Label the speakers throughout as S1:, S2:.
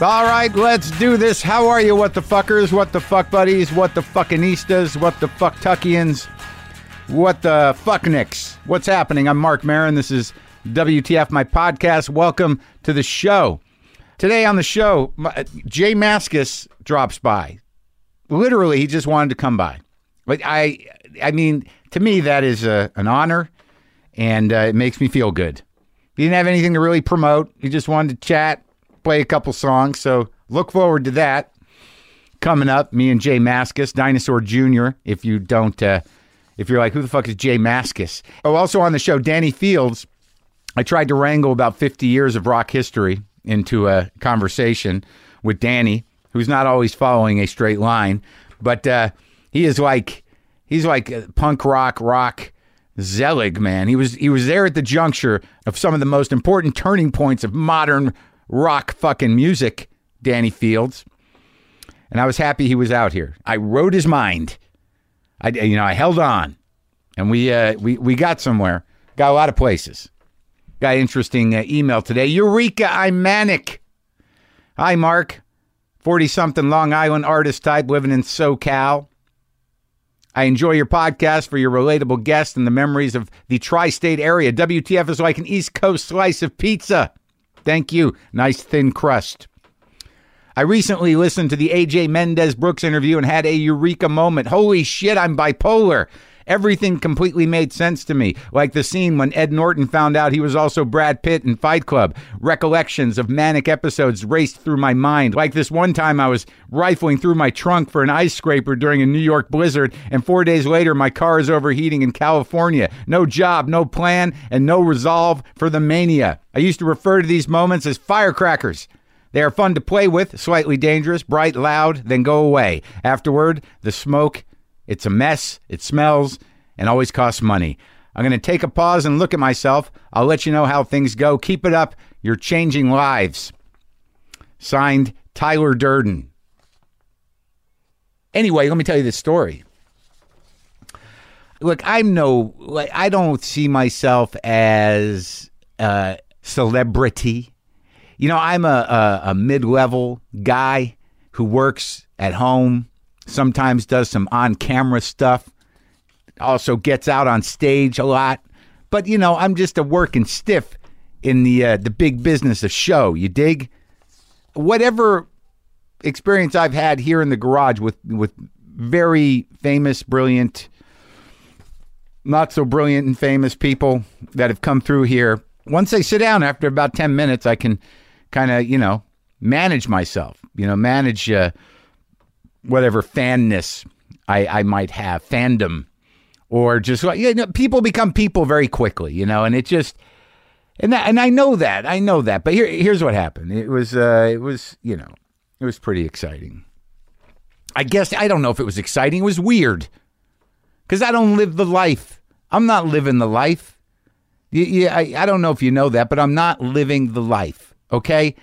S1: All right, let's do this. How are you, what the fuckers, what the fuck buddies, what the fuckinistas, what the fuck tuckians, what the fucknicks? What's happening? I'm Mark Marin. This is WTF, my podcast. Welcome to the show. Today on the show, my- uh, Jay Maskus drops by. Literally, he just wanted to come by. Like I, I mean, to me, that is a, an honor, and uh, it makes me feel good. He didn't have anything to really promote. He just wanted to chat, play a couple songs. So look forward to that coming up. Me and Jay Maskus, Dinosaur Jr. If you don't, uh, if you're like, who the fuck is Jay Maskus? Oh, also on the show, Danny Fields. I tried to wrangle about 50 years of rock history into a conversation with Danny, who's not always following a straight line, but uh, he is like he's like a punk rock rock zelig man. He was he was there at the juncture of some of the most important turning points of modern rock fucking music, Danny Fields. And I was happy he was out here. I wrote his mind. I you know, I held on. And we uh we we got somewhere. Got a lot of places. Got an interesting uh, email today. Eureka, I'm manic. Hi, Mark. 40 something Long Island artist type living in SoCal. I enjoy your podcast for your relatable guests and the memories of the tri state area. WTF is like an East Coast slice of pizza. Thank you. Nice thin crust. I recently listened to the AJ Mendez Brooks interview and had a eureka moment. Holy shit, I'm bipolar. Everything completely made sense to me, like the scene when Ed Norton found out he was also Brad Pitt in Fight Club. Recollections of manic episodes raced through my mind, like this one time I was rifling through my trunk for an ice scraper during a New York blizzard, and four days later my car is overheating in California. No job, no plan, and no resolve for the mania. I used to refer to these moments as firecrackers. They are fun to play with, slightly dangerous, bright, loud, then go away. Afterward, the smoke, it's a mess, it smells, and always costs money. I'm going to take a pause and look at myself. I'll let you know how things go. Keep it up. You're changing lives. Signed, Tyler Durden. Anyway, let me tell you this story. Look, I'm no, like, I don't see myself as a celebrity. You know, I'm a, a, a mid level guy who works at home, sometimes does some on camera stuff, also gets out on stage a lot. But, you know, I'm just a working stiff in the, uh, the big business of show. You dig? Whatever experience I've had here in the garage with, with very famous, brilliant, not so brilliant and famous people that have come through here. Once they sit down after about 10 minutes, I can kind of, you know, manage myself, you know, manage uh, whatever fanness I, I might have, fandom, or just like, you know, people become people very quickly, you know, and it just, and that, and I know that, I know that, but here, here's what happened. It was, uh, it was, you know, it was pretty exciting. I guess, I don't know if it was exciting, it was weird because I don't live the life. I'm not living the life. Y- Yeah, I, I don't know if you know that, but I'm not living the life. Okay,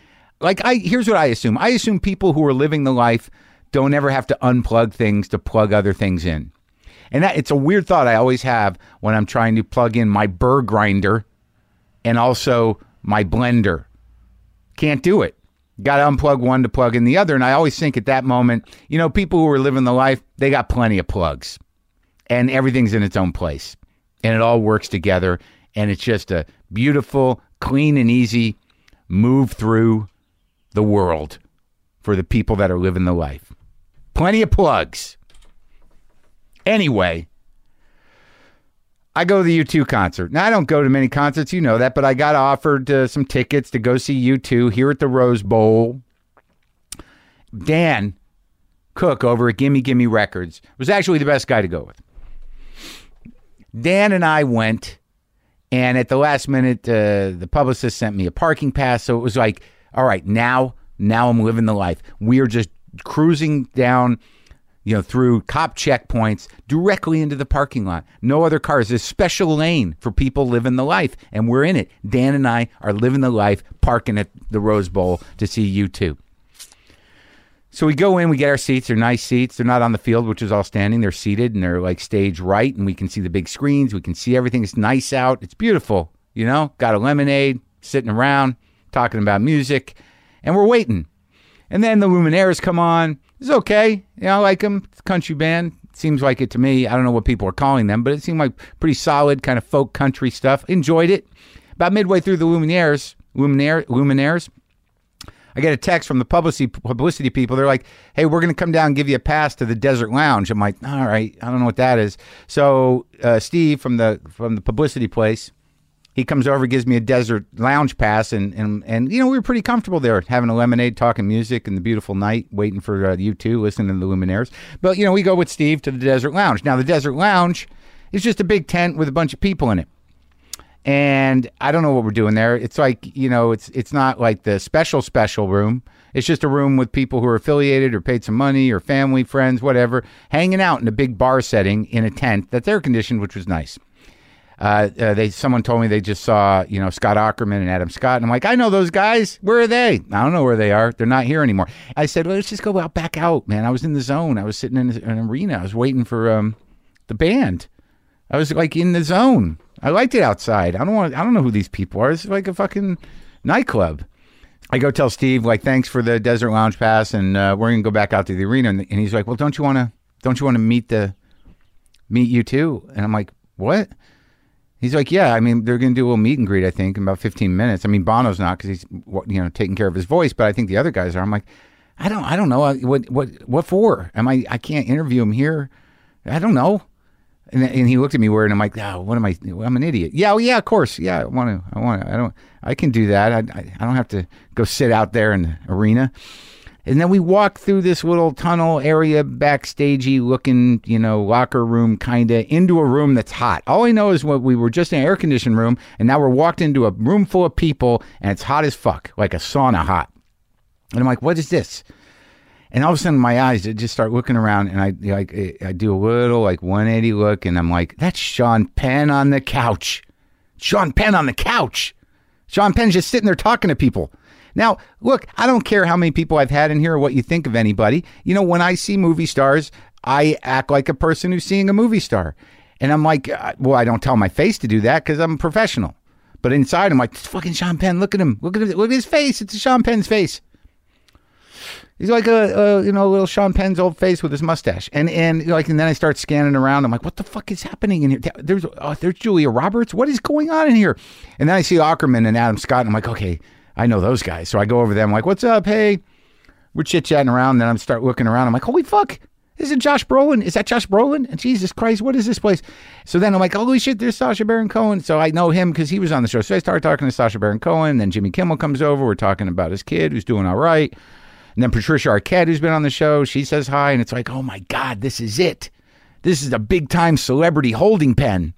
S1: like I here's what I assume. I assume people who are living the life don't ever have to unplug things to plug other things in, and that it's a weird thought I always have when I'm trying to plug in my burr grinder and also my blender. Can't do it. Got to unplug one to plug in the other, and I always think at that moment, you know, people who are living the life, they got plenty of plugs and everything's in its own place and it all works together and it's just a beautiful clean and easy move through the world for the people that are living the life plenty of plugs anyway i go to the u2 concert now i don't go to many concerts you know that but i got offered uh, some tickets to go see u2 here at the rose bowl dan cook over at gimme gimme records was actually the best guy to go with Dan and I went, and at the last minute, uh, the publicist sent me a parking pass. So it was like, all right, now, now I'm living the life. We are just cruising down, you know, through cop checkpoints directly into the parking lot. No other cars. This special lane for people living the life, and we're in it. Dan and I are living the life, parking at the Rose Bowl to see you two. So we go in, we get our seats. They're nice seats. They're not on the field, which is all standing. They're seated and they're like stage right, and we can see the big screens. We can see everything. It's nice out. It's beautiful. You know, got a lemonade, sitting around, talking about music, and we're waiting. And then the Luminaires come on. It's okay. You know, I like them. It's a country band. Seems like it to me. I don't know what people are calling them, but it seemed like pretty solid kind of folk country stuff. Enjoyed it. About midway through the Luminaires, Luminaire, Luminaires, I get a text from the publicity publicity people. They're like, "Hey, we're going to come down and give you a pass to the Desert Lounge." I'm like, "All right, I don't know what that is." So uh, Steve from the from the publicity place, he comes over, gives me a Desert Lounge pass, and and and you know we were pretty comfortable there, having a lemonade, talking music, and the beautiful night, waiting for uh, you two, listening to the Luminaires. But you know we go with Steve to the Desert Lounge. Now the Desert Lounge is just a big tent with a bunch of people in it and I don't know what we're doing there. It's like you know, it's it's not like the special special room. It's just a room with people who are affiliated or paid some money or family, friends, whatever, hanging out in a big bar setting in a tent that's air conditioned, which was nice. Uh, uh, they someone told me they just saw you know Scott Ackerman and Adam Scott, and I'm like, I know those guys. Where are they? I don't know where they are. They're not here anymore. I said, well, let's just go out back out, man. I was in the zone. I was sitting in an arena. I was waiting for um, the band. I was like in the zone. I liked it outside. I don't want. I don't know who these people are. It's like a fucking nightclub. I go tell Steve like, thanks for the desert lounge pass, and uh, we're gonna go back out to the arena. And, and he's like, well, don't you want to? Don't you want to meet the meet you too? And I'm like, what? He's like, yeah. I mean, they're gonna do a little meet and greet. I think in about 15 minutes. I mean, Bono's not because he's you know taking care of his voice, but I think the other guys are. I'm like, I don't. I don't know. uh, What what what for? Am I? I can't interview him here. I don't know. And, and he looked at me weird, and I'm like, oh, what am I? I'm an idiot. Yeah, oh, yeah, of course. Yeah, I want to. I want to. I don't. I can do that. I, I, I don't have to go sit out there in the arena. And then we walk through this little tunnel area, backstagey looking, you know, locker room kind of into a room that's hot. All I know is what we were just in an air conditioned room, and now we're walked into a room full of people, and it's hot as fuck, like a sauna hot. And I'm like, what is this? And all of a sudden, my eyes just start looking around, and I like eh, I do a little like 180 look, and I'm like, "That's Sean Penn on the couch. Sean Penn on the couch. Sean Penn's just sitting there talking to people." Now, look, I don't care how many people I've had in here or what you think of anybody. You know, when I see movie stars, I act like a person who's seeing a movie star, and I'm like, uh, "Well, I don't tell my face to do that because I'm a professional." But inside, I'm like, "It's fucking Sean Penn. Look at him. Look at him. Look at his face. It's Sean Penn's face." He's like a, a you know little Sean Penn's old face with his mustache, and and like and then I start scanning around. I'm like, what the fuck is happening in here? There's oh, there's Julia Roberts. What is going on in here? And then I see Ackerman and Adam Scott, and I'm like, okay, I know those guys. So I go over them, like, what's up? Hey, we're chit chatting around. Then I start looking around. I'm like, holy fuck, is it Josh Brolin? Is that Josh Brolin? And Jesus Christ, what is this place? So then I'm like, holy shit, there's Sasha Baron Cohen. So I know him because he was on the show. So I start talking to Sasha Baron Cohen. Then Jimmy Kimmel comes over. We're talking about his kid who's doing all right. And then Patricia Arquette, who's been on the show, she says hi, and it's like, oh my God, this is it. This is a big time celebrity holding pen.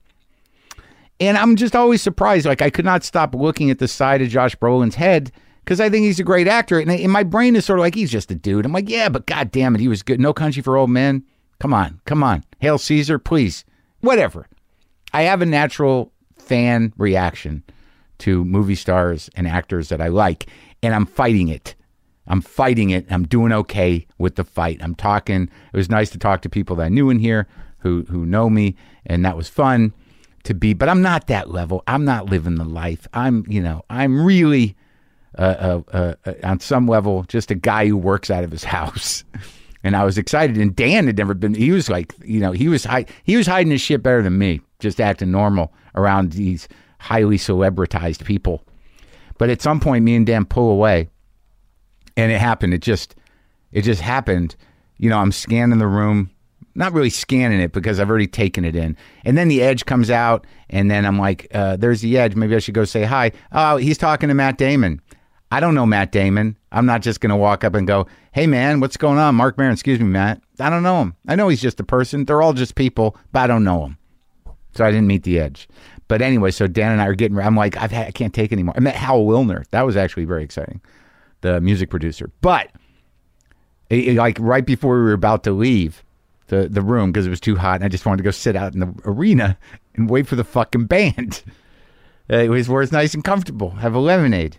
S1: And I'm just always surprised. Like, I could not stop looking at the side of Josh Brolin's head because I think he's a great actor. And, and my brain is sort of like, he's just a dude. I'm like, yeah, but God damn it, he was good. No Country for Old Men. Come on, come on. Hail Caesar, please. Whatever. I have a natural fan reaction to movie stars and actors that I like, and I'm fighting it. I'm fighting it. I'm doing okay with the fight. I'm talking. It was nice to talk to people that I knew in here who who know me, and that was fun to be. But I'm not that level. I'm not living the life. I'm you know I'm really uh, uh, uh, on some level just a guy who works out of his house. and I was excited. And Dan had never been. He was like you know he was hi- he was hiding his shit better than me, just acting normal around these highly celebritized people. But at some point, me and Dan pull away and it happened. It just it just happened. You know, I'm scanning the room, not really scanning it because I've already taken it in. And then the edge comes out, and then I'm like, uh, "There's the edge. Maybe I should go say hi." Oh, he's talking to Matt Damon. I don't know Matt Damon. I'm not just gonna walk up and go, "Hey, man, what's going on?" Mark Maron, excuse me, Matt. I don't know him. I know he's just a person. They're all just people, but I don't know him. So I didn't meet the edge. But anyway, so Dan and I are getting. I'm like, I've had, I can't take anymore. I met Hal Wilner. That was actually very exciting the music producer. But it, it, like right before we were about to leave the, the room because it was too hot, and I just wanted to go sit out in the arena and wait for the fucking band. it was where it's nice and comfortable. Have a lemonade.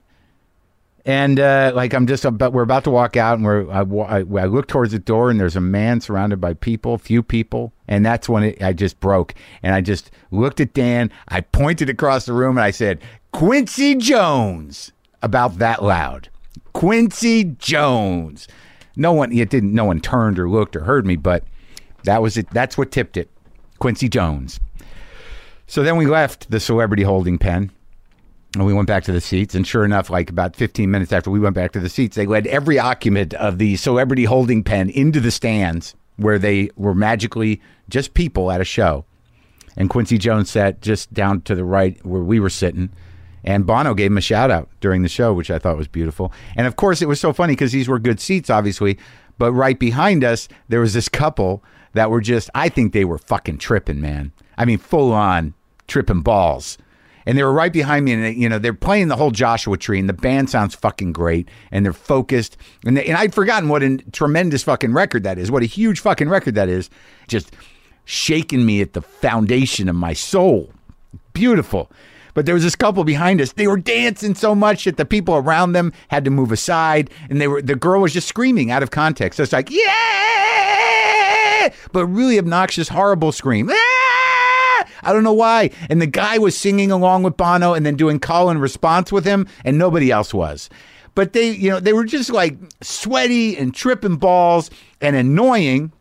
S1: And uh, like I'm just about, we're about to walk out, and we're I, I, I look towards the door, and there's a man surrounded by people, few people, and that's when it, I just broke, and I just looked at Dan, I pointed across the room, and I said, "Quincy Jones," about that loud. Quincy Jones. No one, it didn't. No one turned or looked or heard me, but that was it. That's what tipped it. Quincy Jones. So then we left the celebrity holding pen and we went back to the seats. And sure enough, like about 15 minutes after we went back to the seats, they led every occupant of the celebrity holding pen into the stands where they were magically just people at a show. And Quincy Jones sat just down to the right where we were sitting. And Bono gave him a shout out during the show, which I thought was beautiful. And of course, it was so funny because these were good seats, obviously. But right behind us, there was this couple that were just, I think they were fucking tripping, man. I mean, full on tripping balls and they were right behind me and they- you know they're playing the whole joshua tree and the band sounds fucking great and they're focused and, they, and i'd forgotten what a tremendous fucking record that is what a huge fucking record that is just shaking me at the foundation of my soul beautiful but there was this couple behind us they were dancing so much that the people around them had to move aside and they were the girl was just screaming out of context so it's like yeah but really obnoxious horrible scream "Ah!" I don't know why. And the guy was singing along with Bono and then doing call and response with him, and nobody else was. But they, you know, they were just like sweaty and tripping balls and annoying.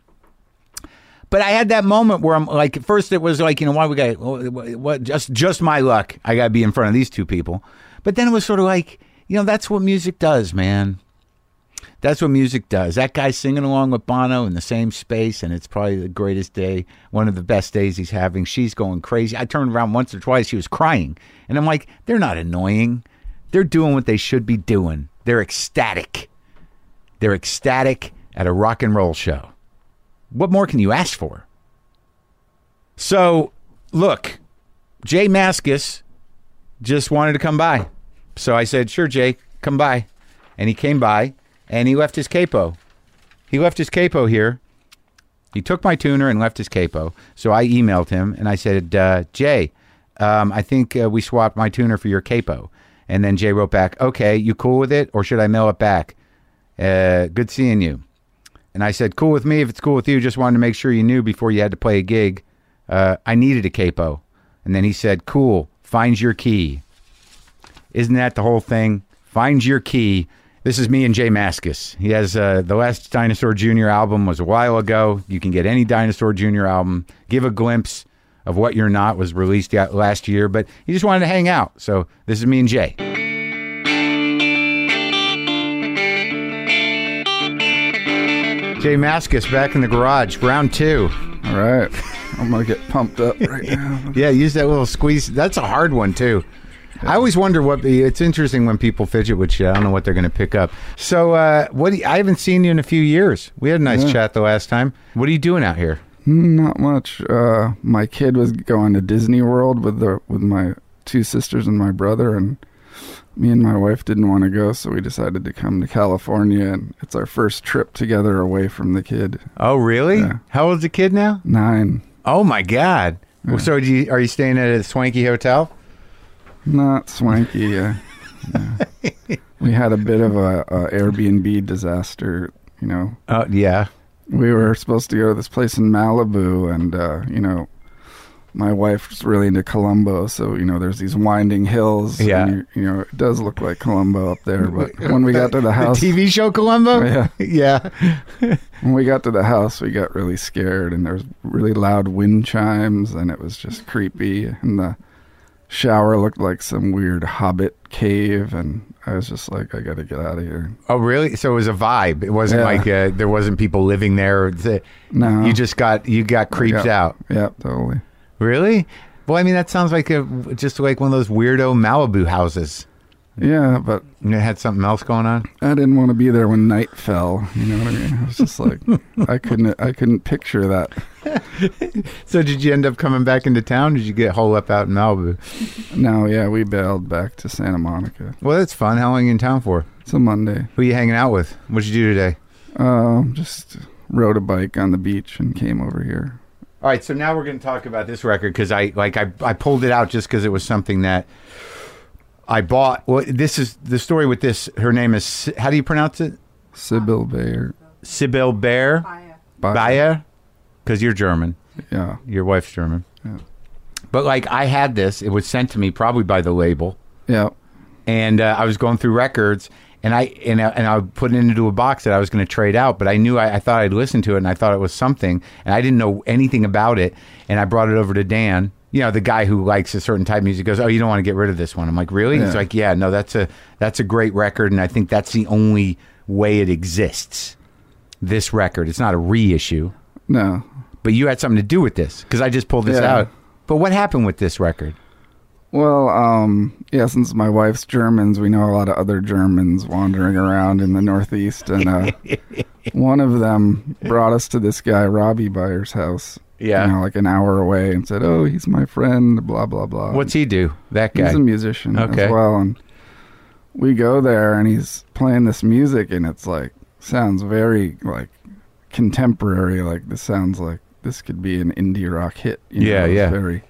S1: But I had that moment where I'm like, at first it was like, you know, why we got what just just my luck. I got to be in front of these two people. But then it was sort of like, you know, that's what music does, man. That's what music does. That guy singing along with Bono in the same space, and it's probably the greatest day, one of the best days he's having. She's going crazy. I turned around once or twice, she was crying. And I'm like, they're not annoying. They're doing what they should be doing. They're ecstatic. They're ecstatic at a rock and roll show. What more can you ask for? So, look, Jay Maskus just wanted to come by. So I said, sure, Jay, come by. And he came by and he left his capo. He left his capo here. He took my tuner and left his capo. So I emailed him and I said, uh, Jay, um, I think uh, we swapped my tuner for your capo. And then Jay wrote back, okay, you cool with it or should I mail it back? Uh, good seeing you. And I said, cool with me if it's cool with you. Just wanted to make sure you knew before you had to play a gig. Uh, I needed a capo. And then he said, cool, find your key. Isn't that the whole thing? Find your key. This is me and Jay Maskus. He has uh, the last Dinosaur Jr. album was a while ago. You can get any Dinosaur Jr. album. Give a glimpse of what you're not was released y- last year, but he just wanted to hang out. So this is me and Jay. Jay Maskus back in the garage, round two.
S2: All right. I'm going to get pumped up right now.
S1: Yeah, use that little squeeze. That's a hard one too. I always wonder what the. It's interesting when people fidget with shit. I don't know what they're going to pick up. So, uh, what? Do you, I haven't seen you in a few years. We had a nice chat the last time. What are you doing out here?
S2: Mm, Not much. Uh, my kid was going to Disney World with the with my two sisters and my brother, and me and my wife didn't want to go, so we decided to come to California, and it's our first trip together away from the kid.
S1: Oh, really?
S2: Yeah.
S1: How old's the kid now?
S2: Nine.
S1: Oh my god! Well, So, do you, are you staying at a swanky hotel?
S2: Not swanky. Uh, yeah. We had a bit of a, a Airbnb disaster. You know,
S1: Oh yeah.
S2: we were supposed to go to this place in Malibu, and uh, you know, my wife's really into Colombo, so you know, there's these winding hills.
S1: Yeah.
S2: and you, you know, it does look like Colombo up there. But when we got to the house,
S1: The TV show Columbo.
S2: Yeah.
S1: yeah.
S2: when we got to the house, we got really scared, and there was really loud wind chimes, and it was just creepy. And the shower looked like some weird Hobbit cave, and I was just like, I gotta get out of here.
S1: Oh really? So it was a vibe. It wasn't
S2: Yeah.
S1: like uh there wasn't people living there. The-
S2: No.
S1: You just got you got creeped
S2: Yeah.
S1: out.
S2: Yeah, totally.
S1: Really? Well, I mean, that sounds like a, just like one of those weirdo Malibu houses.
S2: Yeah, but
S1: And it had something else going on.
S2: I didn't want to be there when night fell. You know what I mean? I was just like, I couldn't, I couldn't picture that.
S1: So, did you end up coming back into town? Did you get hole up out in Malibu?
S2: No, yeah, we bailed back to Santa Monica.
S1: Well, that's fun. How long you in town for?
S2: It's a Monday.
S1: Who you hanging out with? What'd you do today?
S2: Um, just rode a bike on the beach and came over here.
S1: All right, so now we're going to talk about this record because I like I, I pulled it out just because it was something that I bought. Well, this is the story with this. Her name is how do you pronounce it?
S2: Sibyl Bayer.
S1: Sibyl Bear Bayer, because you're German.
S2: Yeah.
S1: Your wife's German.
S2: Yeah.
S1: But like I had this, it was sent to me probably by the label,
S2: Yeah.
S1: and uh, I was going through records, and I and I, and I would put it into a box that I was going to trade out, but I knew I, I thought I'd listen to it and I thought it was something, and I didn't know anything about it, and I brought it over to Dan, you know, the guy who likes a certain type of music. Goes, oh, you don't want to get rid of this one? I'm like, really? He's
S2: Yeah.
S1: like, yeah, no, that's a that's a great record, and I think that's the only way it exists. This record, it's not a reissue,
S2: No,
S1: but you had something to do with this because I just pulled this
S2: Yeah.
S1: out. But what happened with this record?
S2: Well, um, yeah, since my wife's Germans, we know a lot of other Germans wandering around in the Northeast, and uh, one of them brought us to this guy Robbie Byers' house.
S1: Yeah.
S2: you know, like an hour away, and said, "Oh, he's my friend." Blah blah blah.
S1: What's he do? That guy.
S2: Um, He's a musician
S1: Okay.
S2: as well, and we go there, and he's playing this music, and it's like sounds very like contemporary. Like this sounds like this could be an indie rock hit. You
S1: Yeah,
S2: know, it's
S1: yeah.
S2: Very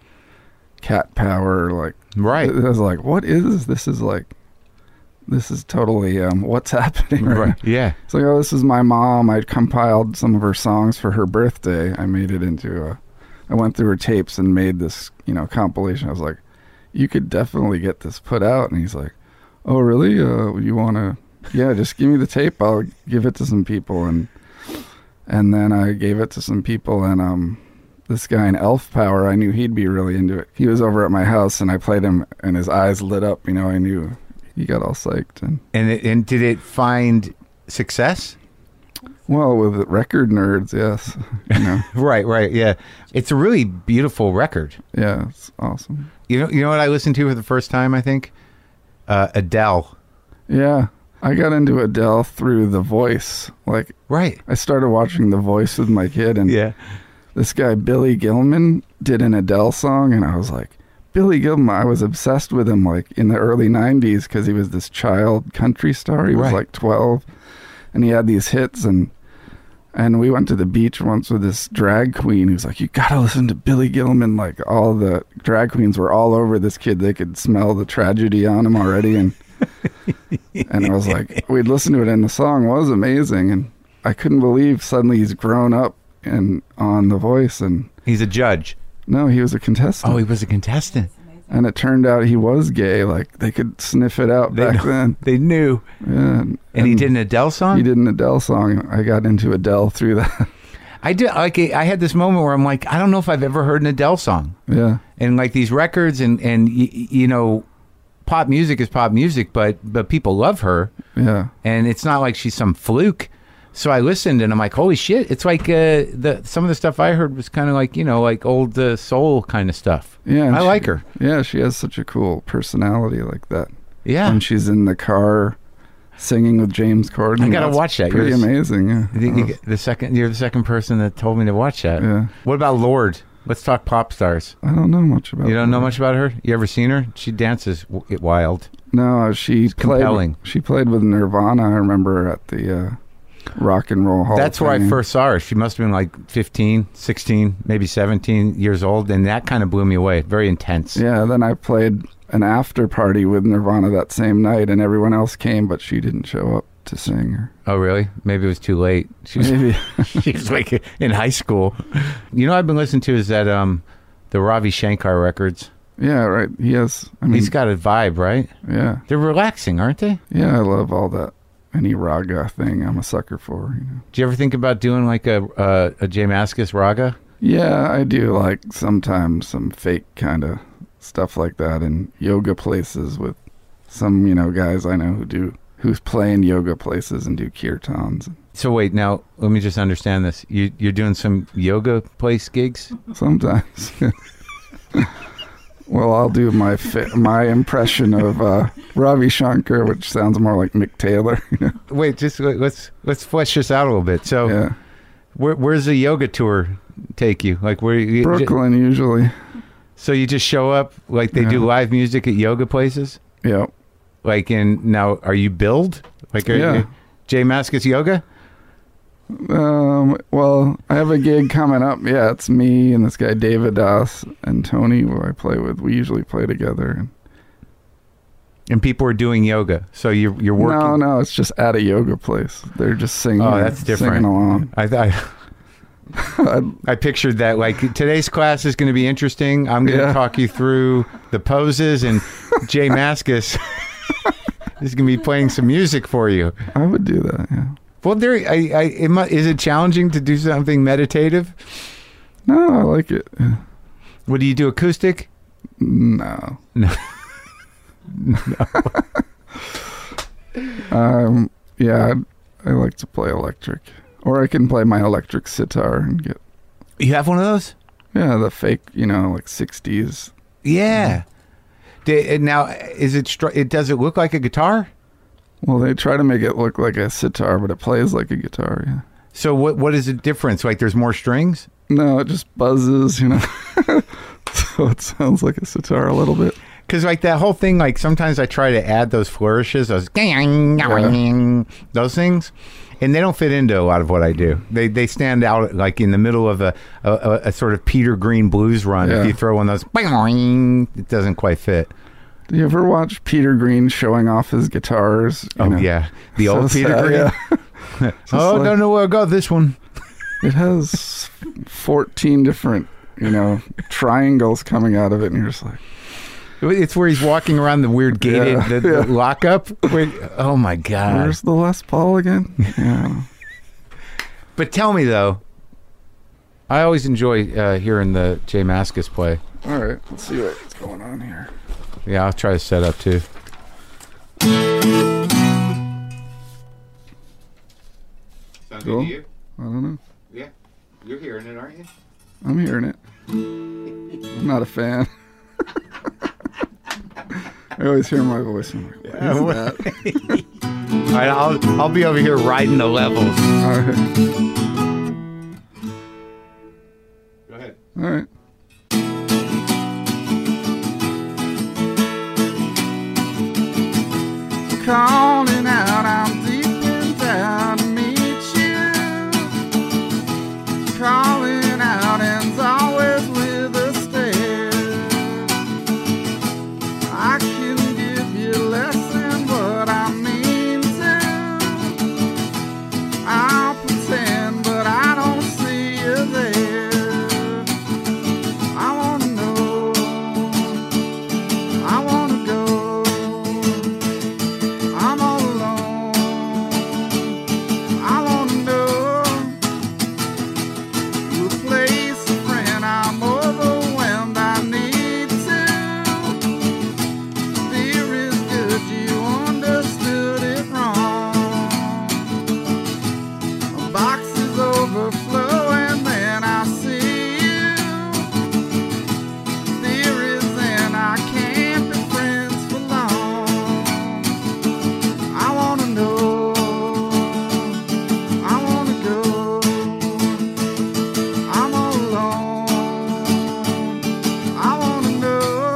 S2: cat power, like
S1: right.
S2: I was like, what is this? This is like, this is totally um, what's happening right,
S1: Right.
S2: now.
S1: Yeah.
S2: It's like, oh, this is my mom. I compiled some of her songs for her birthday. I made it into a, I went through her tapes and made this, you know, compilation. I was like, you could definitely get this put out. And he's like, oh, really? Uh, you want to, yeah, just give me the tape. I'll give it to some people. And, and then I gave it to some people and, um, this guy in Elf Power, I knew he'd be really into it. He was over at my house and I played him and his eyes lit up, you know, I knew he got all psyched and
S1: And it, and did it find success?
S2: Well, with record nerds, yes. You know,
S1: Right, right, yeah. It's a really beautiful record.
S2: yeah, it's awesome.
S1: You know, you know what I listened to for the first time. I think uh, Adele.
S2: Yeah, I got into Adele through The Voice. Like,
S1: Right.
S2: I started watching The Voice with my kid, and
S1: Yeah.
S2: this guy Billy Gilman did an Adele song, and I was like, Billy Gilman. I was obsessed with him like in the early '90s because he was this child country star. He was
S1: Right.
S2: like 12, and he had these hits and. And we went to the beach once with this drag queen who's like, "You gotta listen to Billy Gilman." Like all the drag queens were all over this kid; they could smell the tragedy on him already. And and I was like, we'd listen to it, and the song was amazing. And I couldn't believe suddenly he's grown up and on The Voice. And
S1: He's a judge.
S2: no, he was a contestant.
S1: Oh, he was a contestant.
S2: and it turned out he was gay. Like they could sniff it out
S1: They
S2: back
S1: know-
S2: then.
S1: They knew.
S2: Yeah, and,
S1: And, he did an Adele song.
S2: He did an Adele song. I got into Adele through that.
S1: I did. Like I had this moment where I'm like, I don't know if I've ever heard an Adele song.
S2: yeah,
S1: And like these records and and y- y- you know, pop music is pop music, but but people love her.
S2: yeah.
S1: and it's not like she's some fluke. So I listened, and I'm like, holy shit! It's like uh, the some of the stuff I heard was kind of like you know like old uh, soul kind of stuff.
S2: Yeah, and
S1: I
S2: she-
S1: like her.
S2: Yeah, she has such a cool personality like that.
S1: Yeah,
S2: When she's in the car singing with James Corden.
S1: I gotta
S2: that's
S1: watch that.
S2: Pretty
S1: Yours-
S2: amazing. Yeah.
S1: I think
S2: That
S1: you
S2: was-
S1: get- the second you're the second person that told me to watch that.
S2: yeah.
S1: What about Lord? Let's talk pop stars.
S2: I don't know much about
S1: You don't know
S2: her.
S1: much about her. You ever seen her? She dances w- it wild.
S2: No, uh, she played.
S1: compelling.
S2: She played with Nirvana. I remember at the uh, Rock and Roll Hall. of
S1: That's where I
S2: Fame.
S1: first saw her. She must have been like 15, 16, maybe 17 years old, and that kind of blew me away. Very intense.
S2: Yeah, then I played an after party with Nirvana that same night, and everyone else came, but she didn't show up to sing. Or
S1: Oh, really? Maybe it was too late. She was
S2: maybe
S1: She's like in high school. You know, what I've been listening to is that um, the Ravi Shankar records.
S2: yeah, right. He has. I mean,
S1: He's got a vibe, right?
S2: yeah,
S1: They're relaxing, aren't they?
S2: yeah. I love all that any raga thing. I'm a sucker for. You know.
S1: Do you ever think about doing like a uh, a Jamascus raga?
S2: Yeah, I do like sometimes some fake kind of stuff like that in yoga places with some you know guys I know who do who's playing yoga places and do kirtans.
S1: So wait, now let me just understand this. You you're doing some yoga place gigs?
S2: Sometimes. well, I'll do my fi- my impression of uh, Ravi Shankar, which sounds more like Mick Taylor. you know?
S1: Wait, just let- let's let's flesh this out a little bit. So
S2: yeah,
S1: where, where's the yoga tour take you? Like where you,
S2: Brooklyn usually.
S1: So you just show up like they do
S2: Yeah.
S1: live music at yoga places?
S2: Yeah,
S1: Like in now are you billed? Like are
S2: Yeah.
S1: you Jamascus yoga?
S2: Um, well, I have a gig coming up. Yeah, it's me and this guy David Das and Tony, who I play with. We usually play together. And
S1: And people are doing yoga. So you're you're working.
S2: No, no, it's just at a yoga place. They're just singing.
S1: Oh, that's different.
S2: Singing along.
S1: I, I I pictured that like today's class is going to be interesting. I'm going to
S2: Yeah.
S1: talk you through the poses and Jay Maskus He's gonna be playing some music for you.
S2: I would do that. Yeah.
S1: Well, there. I. I it mu- is it challenging to do something meditative?
S2: No, I like it.
S1: What do you do? Acoustic?
S2: No.
S1: No.
S2: um. Yeah, I, I like to play electric, or I can play my electric sitar and get
S1: You have one of those?
S2: yeah the fake you know like '60s.
S1: Yeah. Di- and now, is it? Str- it does it look like a guitar?
S2: Well, they try to make it look like a sitar, but it plays like a guitar. Yeah.
S1: So what? What is the difference? Like there's more strings?
S2: No, it just buzzes. You know. so it sounds like a sitar a little bit.
S1: Because like that whole thing. Like sometimes I try to add those flourishes, those those things, and they don't fit into a lot of what I do. They they stand out like in the middle of a a, a, a sort of Peter Green blues run.
S2: Yeah.
S1: If you throw one of those, it doesn't quite fit.
S2: Do you ever watch Peter Green showing off his guitars? you
S1: Oh
S2: know?
S1: yeah, the
S2: So
S1: old Peter
S2: sad,
S1: Green.
S2: uh, yeah.
S1: Oh,
S2: like-
S1: don't know where I got this one.
S2: It has 14 different, you know, triangles coming out of it, and you're just like,
S1: It's where he's walking around the weird gated
S2: Yeah,
S1: the, the lockup. Wait, oh my god!
S2: "Where's the Les Paul again?" Yeah,
S1: But tell me though, I always enjoy uh, hearing the Jay Maskus play.
S2: all right. Let's see what's going on here.
S1: Yeah, I'll try to set up too. Sound
S2: Cool. you? I don't know.
S1: Yeah, you're hearing it, aren't you?
S2: I'm hearing it. I'm not a fan. I always hear my voice. I'm like, what is
S1: Yeah, what-
S2: that?
S1: All right, I'll I'll be over here riding the levels.
S2: All right.
S1: Go ahead.
S2: All right. Calling out, I'm deep and down to meet you. Calling out ends always with a stare. I can give you less than what I mean to. I'll pretend, but I don't see you there. I wanna know. I wanna go. I'm all alone. I wanna know. Replace a friend. I'm overwhelmed. I need to. Fear is good. You understood it wrong. A box is overflowing, then I see you. There is, and I can't be friends for long. I wanna know. I wanna go. I'm all alone. I wanna know.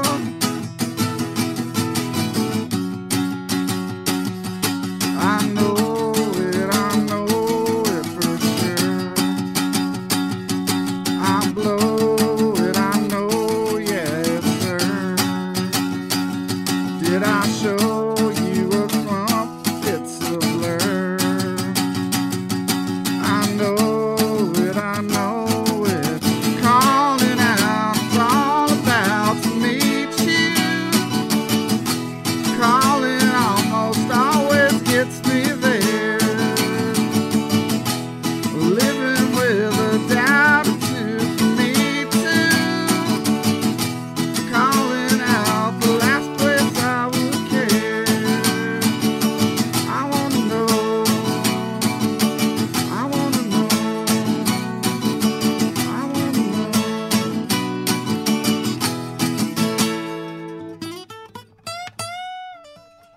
S2: I know it, I know it for sure. I blow it, I know, yes, sir. Did I show you a clump? It's a blur. I know it, I know it. Calling out, it's all about to meet you calling almost always gets me there. Living with a doubt to me too. Calling out the last place I would care. I wanna know. I wanna know. I wanna know.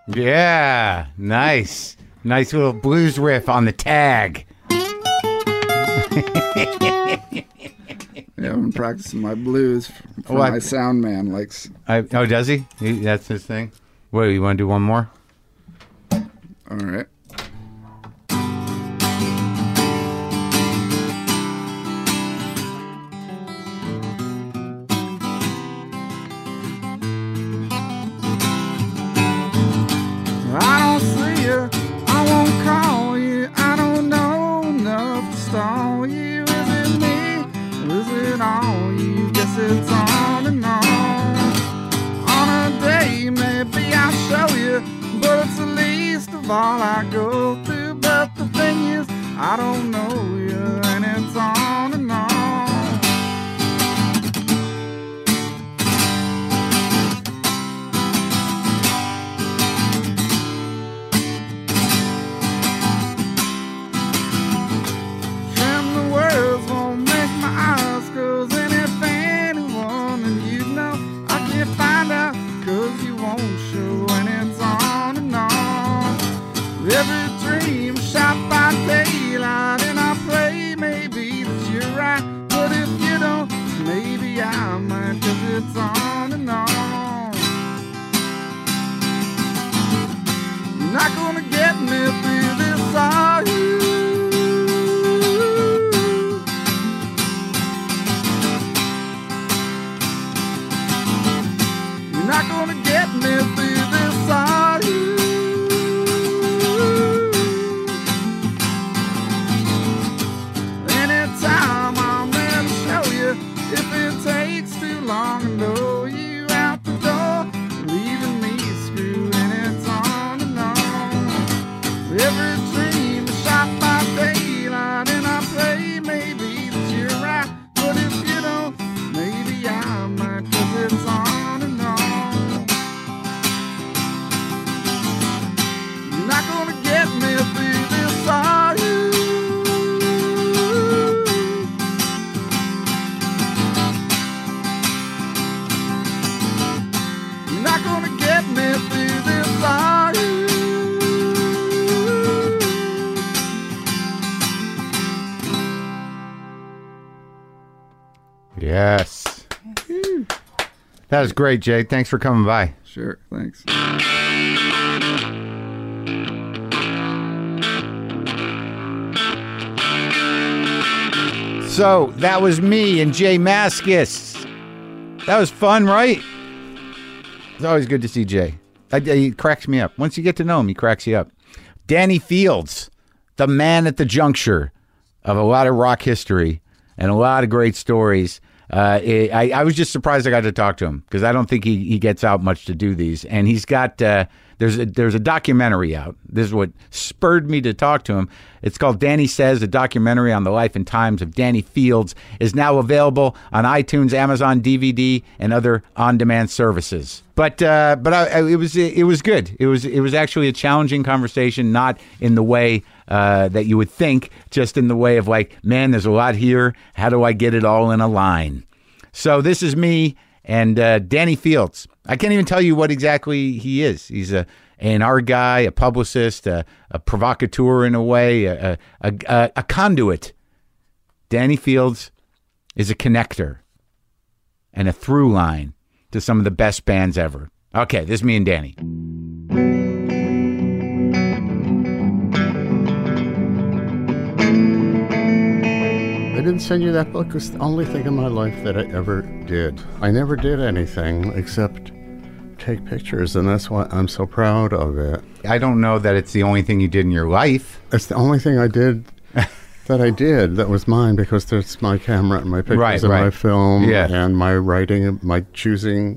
S1: Yeah, nice, nice little blues riff on the tag.
S2: Yeah, I've been practicing my blues for, for
S1: Well, I-
S2: my sound man. Likes,
S1: I, oh, does he? He- That's his thing. Wait, you want to do one more?
S2: all right. I don't see you. I won't call you. I don't know enough to stall you. Is it me? Or is it all you? Guess it's on and on. On a day, maybe I'll show you, but it's a leap. of all I go through, but the thing is, I don't know you, and it's on and on. And the words won't make my eyes close And if anyone and you know I can't find out Cause you won't show and it's on and on Every dream shot by daylight And I pray maybe that you're right But if you don't, maybe I might Cause it's on and on not gonna get me through this are you You're not gonna get me through this are you Anytime I'm there to show you if it takes too long to know you out the door, leaving me screwing it's on and on. Every dream is shot by daylight, and I pray maybe that you're right. But if you don't, maybe I might, cause it's on and on. You're not gonna get me through this, are you? You're not gonna get me through this, are you?
S1: Yes. That was great, Jade. Thanks for coming by.
S2: Sure, thanks.
S1: So that was me and Jay Maskus. That was fun, right? It's always good to see Jay. I, he cracks me up. Once you get to know him, he cracks you up. Danny Fields, the man at the juncture of a lot of rock history and a lot of great stories. Uh, it- I, I was just surprised I got to talk to him because I don't think he, he gets out much to do these. And he's got uh, there's a, there's a documentary out. This is what spurred me to talk to him. It's called Danny Says, a documentary on the life and times of Danny Fields is now available on iTunes, Amazon DVD, and other on-demand services. But uh, but I, I, it was it was good. It was it was actually a challenging conversation, not in the way uh, that you would think, just in the way of like, man, there's a lot here. How do I get it all in a line? So this is me and uh, Danny Fields. I can't even tell you what exactly he is. He's a an R guy, a publicist, a, a provocateur in a way, a, a, a, a conduit. Danny Fields is a connector and a through line to some of the best bands ever. Okay, this is me and Danny.
S3: I didn't send you that book. It was the only thing in my life that I ever did. I never did anything except take pictures, and that's why I'm so proud of it.
S1: I don't know that it's the only thing you did in your life.
S3: It's the only thing I did that I did that was mine because there's my camera and my pictures
S1: Right,
S3: and my
S1: right.
S3: film
S1: Yeah.
S3: and my writing, and my choosing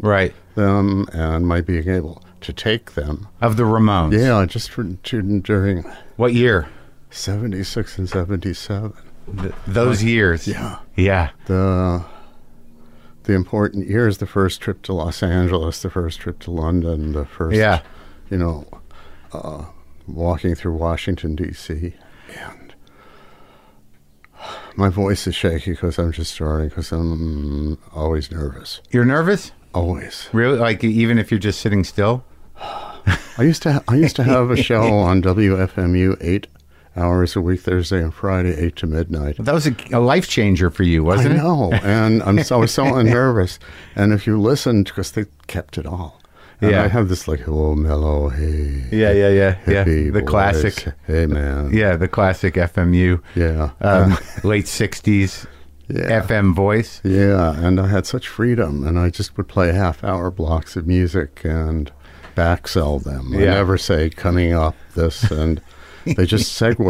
S3: them, and my being able to take them.
S1: Of the Ramones.
S3: Yeah, I just re- during- during
S1: What year?
S3: 76 and 77.
S1: Th- those years.
S3: Yeah.
S1: Yeah.
S3: the the important years the first trip to los angeles the first trip to london the first
S1: Yeah.
S3: you know uh, walking through washington d.c and my voice is shaky because i'm just starting because i'm always nervous
S1: You're nervous?
S3: always
S1: Really? Like even if you're just sitting still?
S3: i used to ha- i used to have a show on wfmu eight hours a week thursday and friday eight to midnight
S1: That was a, a life changer for you, wasn't
S3: I
S1: it?
S3: know, and I'm so I was so nervous. And if you listened, because they kept it all. And
S1: Yeah.
S3: I have this like, hello, mellow, hey,
S1: Yeah, yeah, yeah. Yeah.
S3: hippie
S1: The
S3: voice.
S1: classic.
S3: hey man,
S1: Yeah, the classic FMU.
S3: yeah,
S1: Um, late 60s
S3: Yeah.
S1: FM voice.
S3: yeah. And I had such freedom, and I just would play half-hour blocks of music and backsell them. I
S1: Yeah.
S3: never say coming up this, and they just segued,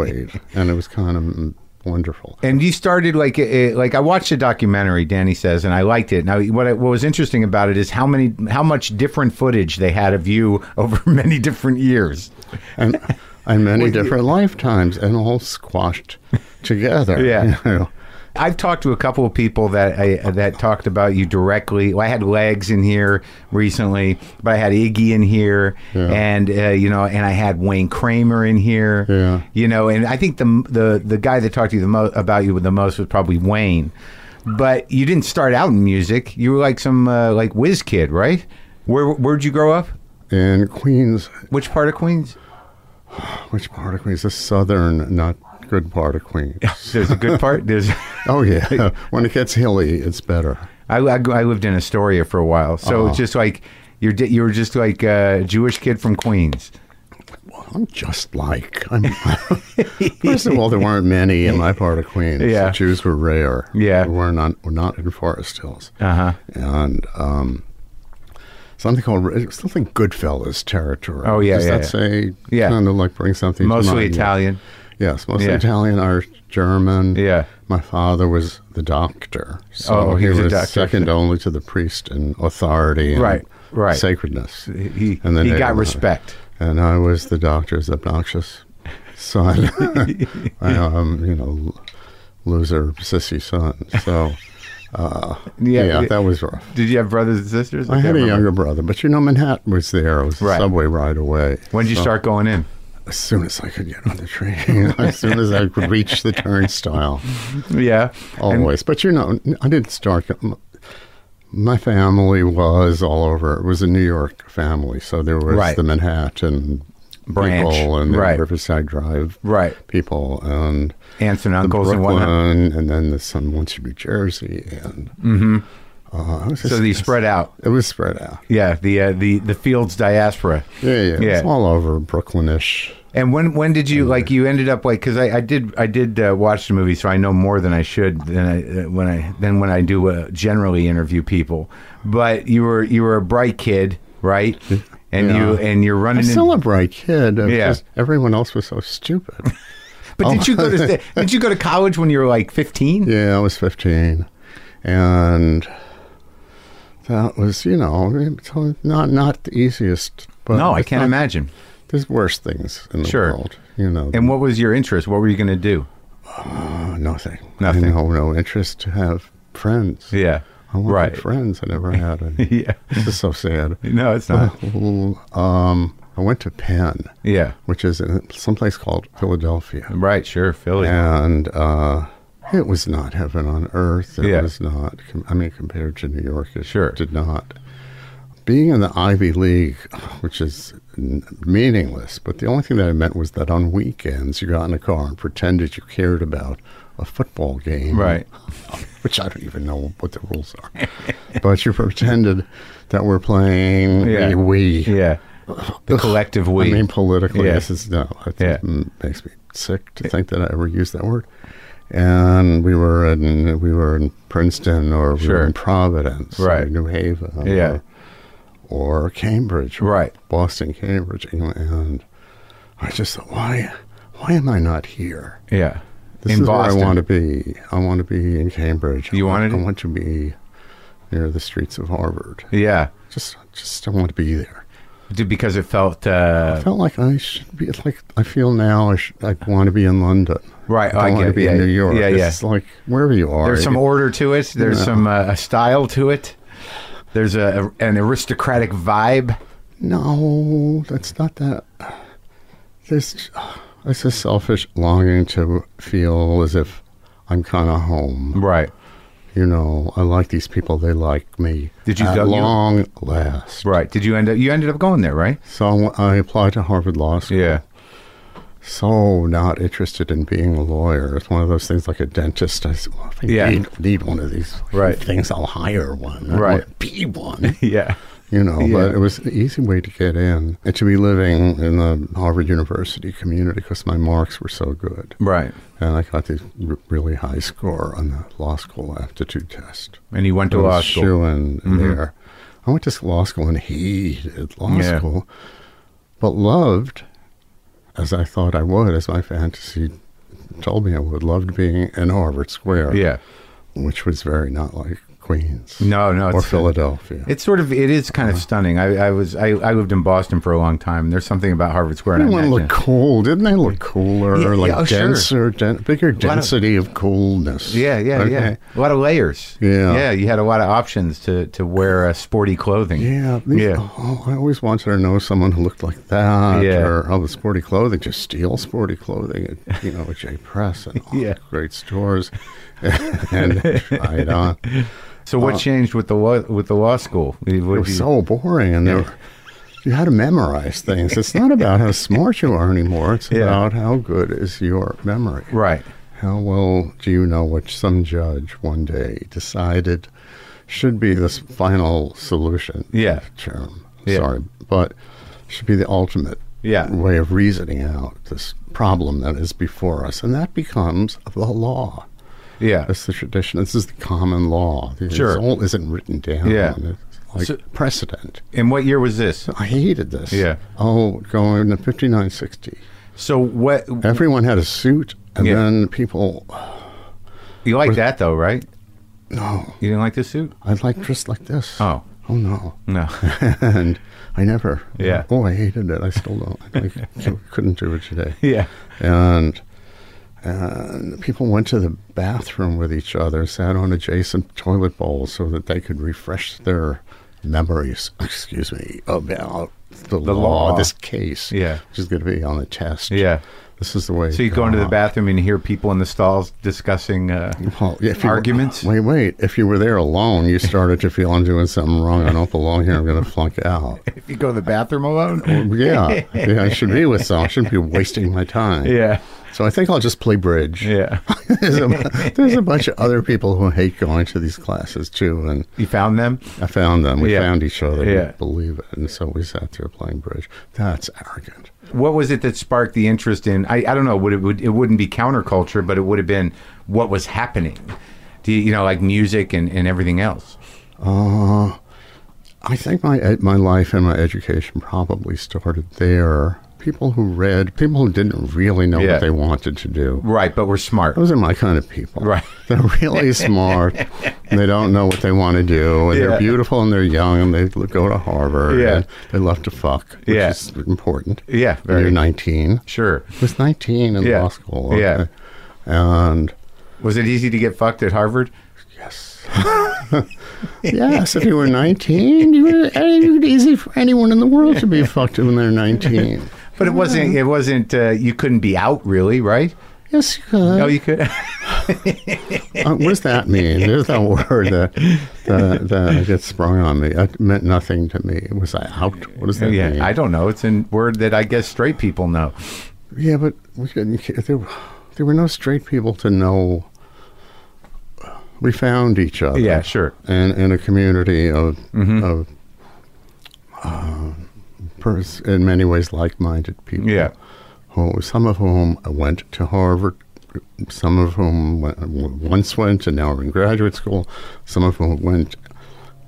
S3: and it was kind of wonderful.
S1: And you started like eh, like I watched a documentary, Danny says, and I liked it. Now, what I, what was interesting about it is how many how much different footage they had of you over many different years.
S3: And and many
S1: With you-
S3: different lifetimes and all squashed together.
S1: Yeah.
S3: you know.
S1: I've talked to a couple of people that I, that talked about you directly. Well, I had legs in here recently, but I had Iggy in here,
S3: Yeah.
S1: and uh, you know, and I had Wayne Kramer in here.
S3: Yeah.
S1: You know, and I think the the the guy that talked to you the mo- about you the most was probably Wayne. But you didn't start out in music. You were like some uh, like whiz kid, right? Where where'd you grow up?
S3: In Queens,
S1: Which part of Queens?
S3: which part of Queens? The southern, not good part of Queens.
S1: There's a good part. There's
S3: oh yeah, when it gets hilly, it's better.
S1: I, I, I lived in Astoria for a while, so
S3: Uh-huh.
S1: just like you're, di- you were just like a Jewish kid from Queens.
S3: I'm just like I'm. first of all, there weren't many in my part of Queens.
S1: Yeah.
S3: the Jews were rare.
S1: Yeah.
S3: we were not were not in Forest Hills.
S1: Uh huh.
S3: and um, something called it's something Goodfellas territory.
S1: Oh, yeah,
S3: Does
S1: yeah,
S3: that
S1: yeah.
S3: say
S1: Yeah.
S3: kind of like bring something? to
S1: Mostly
S3: mind?
S1: Italian.
S3: Yes, mostly
S1: Yeah.
S3: Italian, Irish, German.
S1: Yeah.
S3: My father was the doctor, so
S1: Oh, he
S3: he
S1: was a
S3: was
S1: doctor.
S3: second only to the priest in authority, and
S1: Right, right.
S3: sacredness,
S1: He
S3: And the
S1: he got
S3: neighborhood.
S1: respect.
S3: and I was the doctor's obnoxious son, I, um, you know, loser sissy son. So uh,
S1: Yeah.
S3: yeah, that was rough.
S1: Did you have brothers and sisters?
S3: I
S1: can't
S3: had a
S1: remember.
S3: younger brother, but you know, Manhattan was there. It was
S1: Right.
S3: the subway right away.
S1: When did you
S3: So,
S1: start going in?
S3: As soon as I could get on the train, as soon as I could reach the turnstile,
S1: Yeah. And-
S3: always. but you know, I didn't start. My family was all over. It was a New York family, so there was
S1: Right.
S3: the Manhattan
S1: Branch,
S3: people and the
S1: right.
S3: Riverside Drive
S1: right.
S3: people and
S1: Aunts and
S3: the
S1: uncles and whatnot.
S3: Brooklyn, and then the some once in New Jersey, and uh, it was
S1: Mm-hmm. So
S3: just-
S1: they spread out.
S3: It was spread out.
S1: Yeah. The uh, the the Fields diaspora.
S3: Yeah, yeah,
S1: Yeah.
S3: It's all over Brooklynish.
S1: And when when did you like you ended up like because I, I did I did uh, watch the movie so I know more than I should than I uh, when I than when I do uh, generally interview people. But you were you were a bright kid, right? And you
S3: Yeah.
S1: and you're
S3: I
S1: running.
S3: still
S1: in,
S3: a bright kid. It was
S1: Yeah.
S3: just- everyone else was so stupid.
S1: but did you go to sta- did you go to college when you were like 15?
S3: Oh. yeah, I was fifteen, and that was you know it's not not the easiest. But
S1: No, I
S3: it's
S1: can't
S3: not-
S1: imagine.
S3: There's worse things in the
S1: Sure.
S3: world, you know.
S1: And what was your interest? What were you going to do?
S3: uh, nothing,
S1: Nothing.
S3: You know, no interest to have friends.
S1: Yeah.
S3: I wanted
S1: Right.
S3: friends. I never had any.
S1: Yeah.
S3: this is so sad.
S1: No, it's not.
S3: um, I went to Penn,
S1: Yeah.
S3: which is in some place called Philadelphia.
S1: Right. Sure. Philly.
S3: and uh, it was not heaven on earth. It
S1: Yeah.
S3: was not. com- I mean, compared to New York, it
S1: Sure.
S3: did not. Being in the Ivy League, which is n- meaningless, but the only thing that I meant was that on weekends you got in a car and pretended you cared about a football game,
S1: Right.
S3: Which I don't even know what the rules are, but you pretended that we're playing
S1: Yeah.
S3: we.
S1: Yeah. The collective we.
S3: I mean, politically,
S1: Yeah.
S3: this is no. I think
S1: Yeah.
S3: It makes me sick to think that I ever used that word. And we were in we were in Princeton or we
S1: Sure.
S3: were in Providence
S1: Right.
S3: or New Haven
S1: Yeah.
S3: or, or Cambridge or
S1: Right.
S3: Boston Cambridge and I just thought why why am I not here
S1: yeah.
S3: this
S1: in
S3: is
S1: Boston.
S3: where I want to be I want to be in Cambridge
S1: You wanted
S3: I
S1: it?
S3: want to be near the streets of Harvard
S1: Yeah.
S3: just just I want to be there
S1: D- Because it felt uh,
S3: I felt like I should be it's like I feel now I should, I want to be in London.
S1: Right,
S3: I,
S1: I
S3: want
S1: get
S3: to
S1: it,
S3: be
S1: yeah,
S3: in New York.
S1: yeah, yeah.
S3: It's like wherever you are.
S1: there's some
S3: it-
S1: order to it. There's some uh, a style to it. There's a, an aristocratic vibe.
S3: no, that's not that. There's it's a selfish longing to feel as if I'm kind of home.
S1: Right.
S3: You know, I like these people. They like me.
S1: Did you
S3: at
S1: go- you-
S3: long last?
S1: Right. Did you end up you ended up going there, right?
S3: So I applied to Harvard Law School.
S1: Yeah.
S3: so not interested in being a lawyer. It's one of those things like a dentist. I said, well, if I
S1: Yeah.
S3: need, need one of these
S1: Right.
S3: things, I'll hire one. I
S1: Right.
S3: won't Be one.
S1: Yeah.
S3: You know,
S1: Yeah.
S3: but it was an easy way to get in and to be living in the Harvard University community because my marks were so good.
S1: Right.
S3: And I got this r- really high score on the law school aptitude test.
S1: And you went to
S3: I was
S1: law school. Mm-hmm.
S3: shoo-in there. I went to law school and hated law
S1: Yeah.
S3: school, but loved, as I thought I would, as my fantasy told me I would, loved being in Harvard Square,
S1: Yeah.
S3: which was very not like Queens
S1: No, no,
S3: or Uh-huh.
S1: it's- uh,
S3: Philadelphia.
S1: It's sort of it is kind of stunning. I, I was I, I lived in Boston for a long time. There's something about Harvard Square. and I
S3: They want to
S1: imagine-
S3: look cool. Didn't they look cooler?
S1: Yeah, yeah,
S3: like
S1: oh, sure.
S3: denser, den- bigger density of, coolness.
S1: Yeah, yeah,
S3: Okay.
S1: yeah. A lot of layers.
S3: Yeah.
S1: yeah. You had a lot of options to to wear uh, sporty clothing.
S3: Yeah, these-
S1: Yeah.
S3: Oh, I always wanted to know someone who looked like that.
S1: Yeah.
S3: Or all the sporty clothing, just steal sporty clothing at you know at J Press and all
S1: Yeah.
S3: the great stores, and try it on.
S1: So what changed with the law, with the law school? What did
S3: Uh-huh. It was
S1: you-
S3: so boring, and there
S1: Yeah.
S3: were- you had to memorize things. It's not about how smart you are anymore. It's
S1: Yeah.
S3: about how good is your memory.
S1: right.
S3: How well do you know what some judge one day decided should be this final solution?
S1: Yeah.
S3: Term.
S1: Yeah.
S3: Sorry, but should be the ultimate
S1: Yeah.
S3: way of reasoning out this problem that is before us, and that becomes the law.
S1: Yeah.
S3: That's the tradition. This is the common law. The
S1: Sure.
S3: result isn't written down.
S1: Yeah.
S3: It's like
S1: So-
S3: precedent.
S1: And what year was this?
S3: I hated this.
S1: Yeah.
S3: Oh, going to fifty nine sixty.
S1: So what
S3: Everyone had a suit, and
S1: Yeah.
S3: then people
S1: you like that though, right?
S3: no.
S1: You didn't like this suit?
S3: I like dressed like this.
S1: Oh
S3: Oh no.
S1: no.
S3: and I never.
S1: Yeah.
S3: Oh, I hated it. I still don't. I c- couldn't do it today.
S1: yeah.
S3: And and people went to the bathroom with each other, sat on adjacent toilet bowls so that they could refresh their memories. Excuse me about the, law,
S1: law.
S3: This case.
S1: Yeah.
S3: Which is going to be on the test.
S1: Yeah.
S3: This is the way.
S1: So you
S3: it
S1: go into the
S3: got.
S1: bathroom and you hear people in the stalls discussing. Uh,
S3: Well, yeah, if you were-
S1: Arguments?
S3: wait, wait. If you were there alone, you started to feel I'm doing something wrong. I don't belong here. I'm going to flunk out.
S1: if you go to the bathroom alone.
S3: Yeah, yeah, I should be with someone. I shouldn't be wasting my time.
S1: yeah.
S3: So I think I'll just play bridge.
S1: Yeah.
S3: there's, a, there's a bunch of other people who hate going to these classes too, and
S1: You found them.
S3: I found them. We
S1: Yeah.
S3: found each other. We
S1: Yeah.
S3: believe it, and so we sat there playing bridge. That's arrogant.
S1: What was it that sparked the interest in? I, I don't know. Would it would it wouldn't be counterculture, but it would have been what was happening. Do you, you know like music and, and everything else?
S3: Uh, I think my ed- my life and my education probably started there. People who read, people who didn't really know
S1: Yeah.
S3: what they wanted to do.
S1: Right, but we're smart.
S3: Those are my kind of people.
S1: Right.
S3: They're really smart. and they don't know what they want to do. And
S1: Yeah.
S3: they're beautiful and they're young and they l- go to Harvard.
S1: Yeah.
S3: And they love to fuck, which
S1: Yeah.
S3: is important.
S1: Yeah,
S3: When
S1: very.
S3: you're 19.
S1: Sure.
S3: I was 19 in
S1: Yeah.
S3: law school.
S1: Yeah.
S3: And
S1: Was it easy to get fucked at Harvard?
S3: yes. yes, if you were 19, you were, it would be easy for anyone in the world to be fucked when they're 19.
S1: But it wasn't. It wasn't. Uh, you couldn't be out really, right?
S3: Yes, you could.
S1: No, you could.
S3: Uh, what does that mean? There's that word that, that, that gets sprung on me. It meant nothing to me. Was I out? What does that mean?
S1: yeah, I don't know. It's a word that I guess straight people know.
S3: yeah, but we didn't. ca- There, were- there were no straight people to know. We found each other.
S1: Yeah, sure. Mm-hmm.
S3: And in a community of of uh, pers- in many ways like-minded people.
S1: Yeah.
S3: who some of whom went to Harvard, some of whom went, once went and now are in graduate school, some of whom went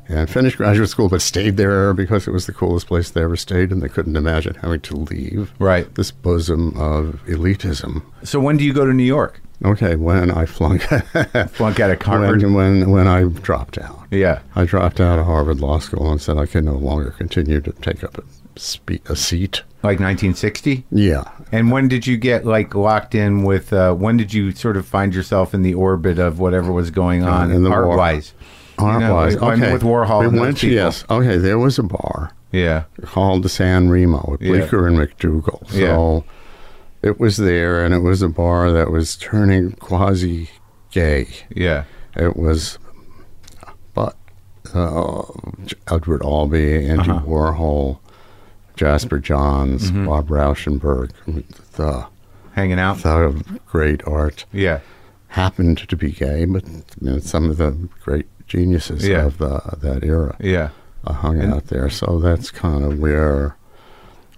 S3: and finished graduate school but stayed there because it was the coolest place they ever stayed and they couldn't imagine having to leave
S1: Right.
S3: this bosom of elitism.
S1: So when do you go to New York?
S3: Okay, when I flunk,
S1: Flunk out of Harvard.
S3: when, when, when I dropped out.
S1: Yeah.
S3: I dropped out of Harvard Law School and said I could no longer continue to take up a, spe- a seat.
S1: Like 1960.
S3: Yeah,
S1: And when did you get like locked in with? Uh, when did you sort of find yourself in the orbit of whatever was going on
S3: in the war.
S1: art wise?
S3: Art wise,
S1: I mean,
S3: Oh, okay.
S1: with Warhol
S3: We
S1: and those
S3: went to-
S1: people.
S3: yes. Okay, there was a bar
S1: Yeah.
S3: called the San Remo at
S1: Yeah.
S3: Bleecker and McDougal. So it was there, and it was a bar that was turning quasi gay.
S1: Yeah.
S3: It was, but uh, J- Edward Albee, Andy
S1: Uh-huh.
S3: Warhol, Jasper Johns,
S1: Mm-hmm.
S3: Bob Rauschenberg, the
S1: Hanging out.
S3: the great art
S1: Yeah.
S3: happened to be gay, but you know, some of the great geniuses
S1: Yeah.
S3: of the, that era
S1: Yeah.
S3: uh, hung out there. So that's kind of where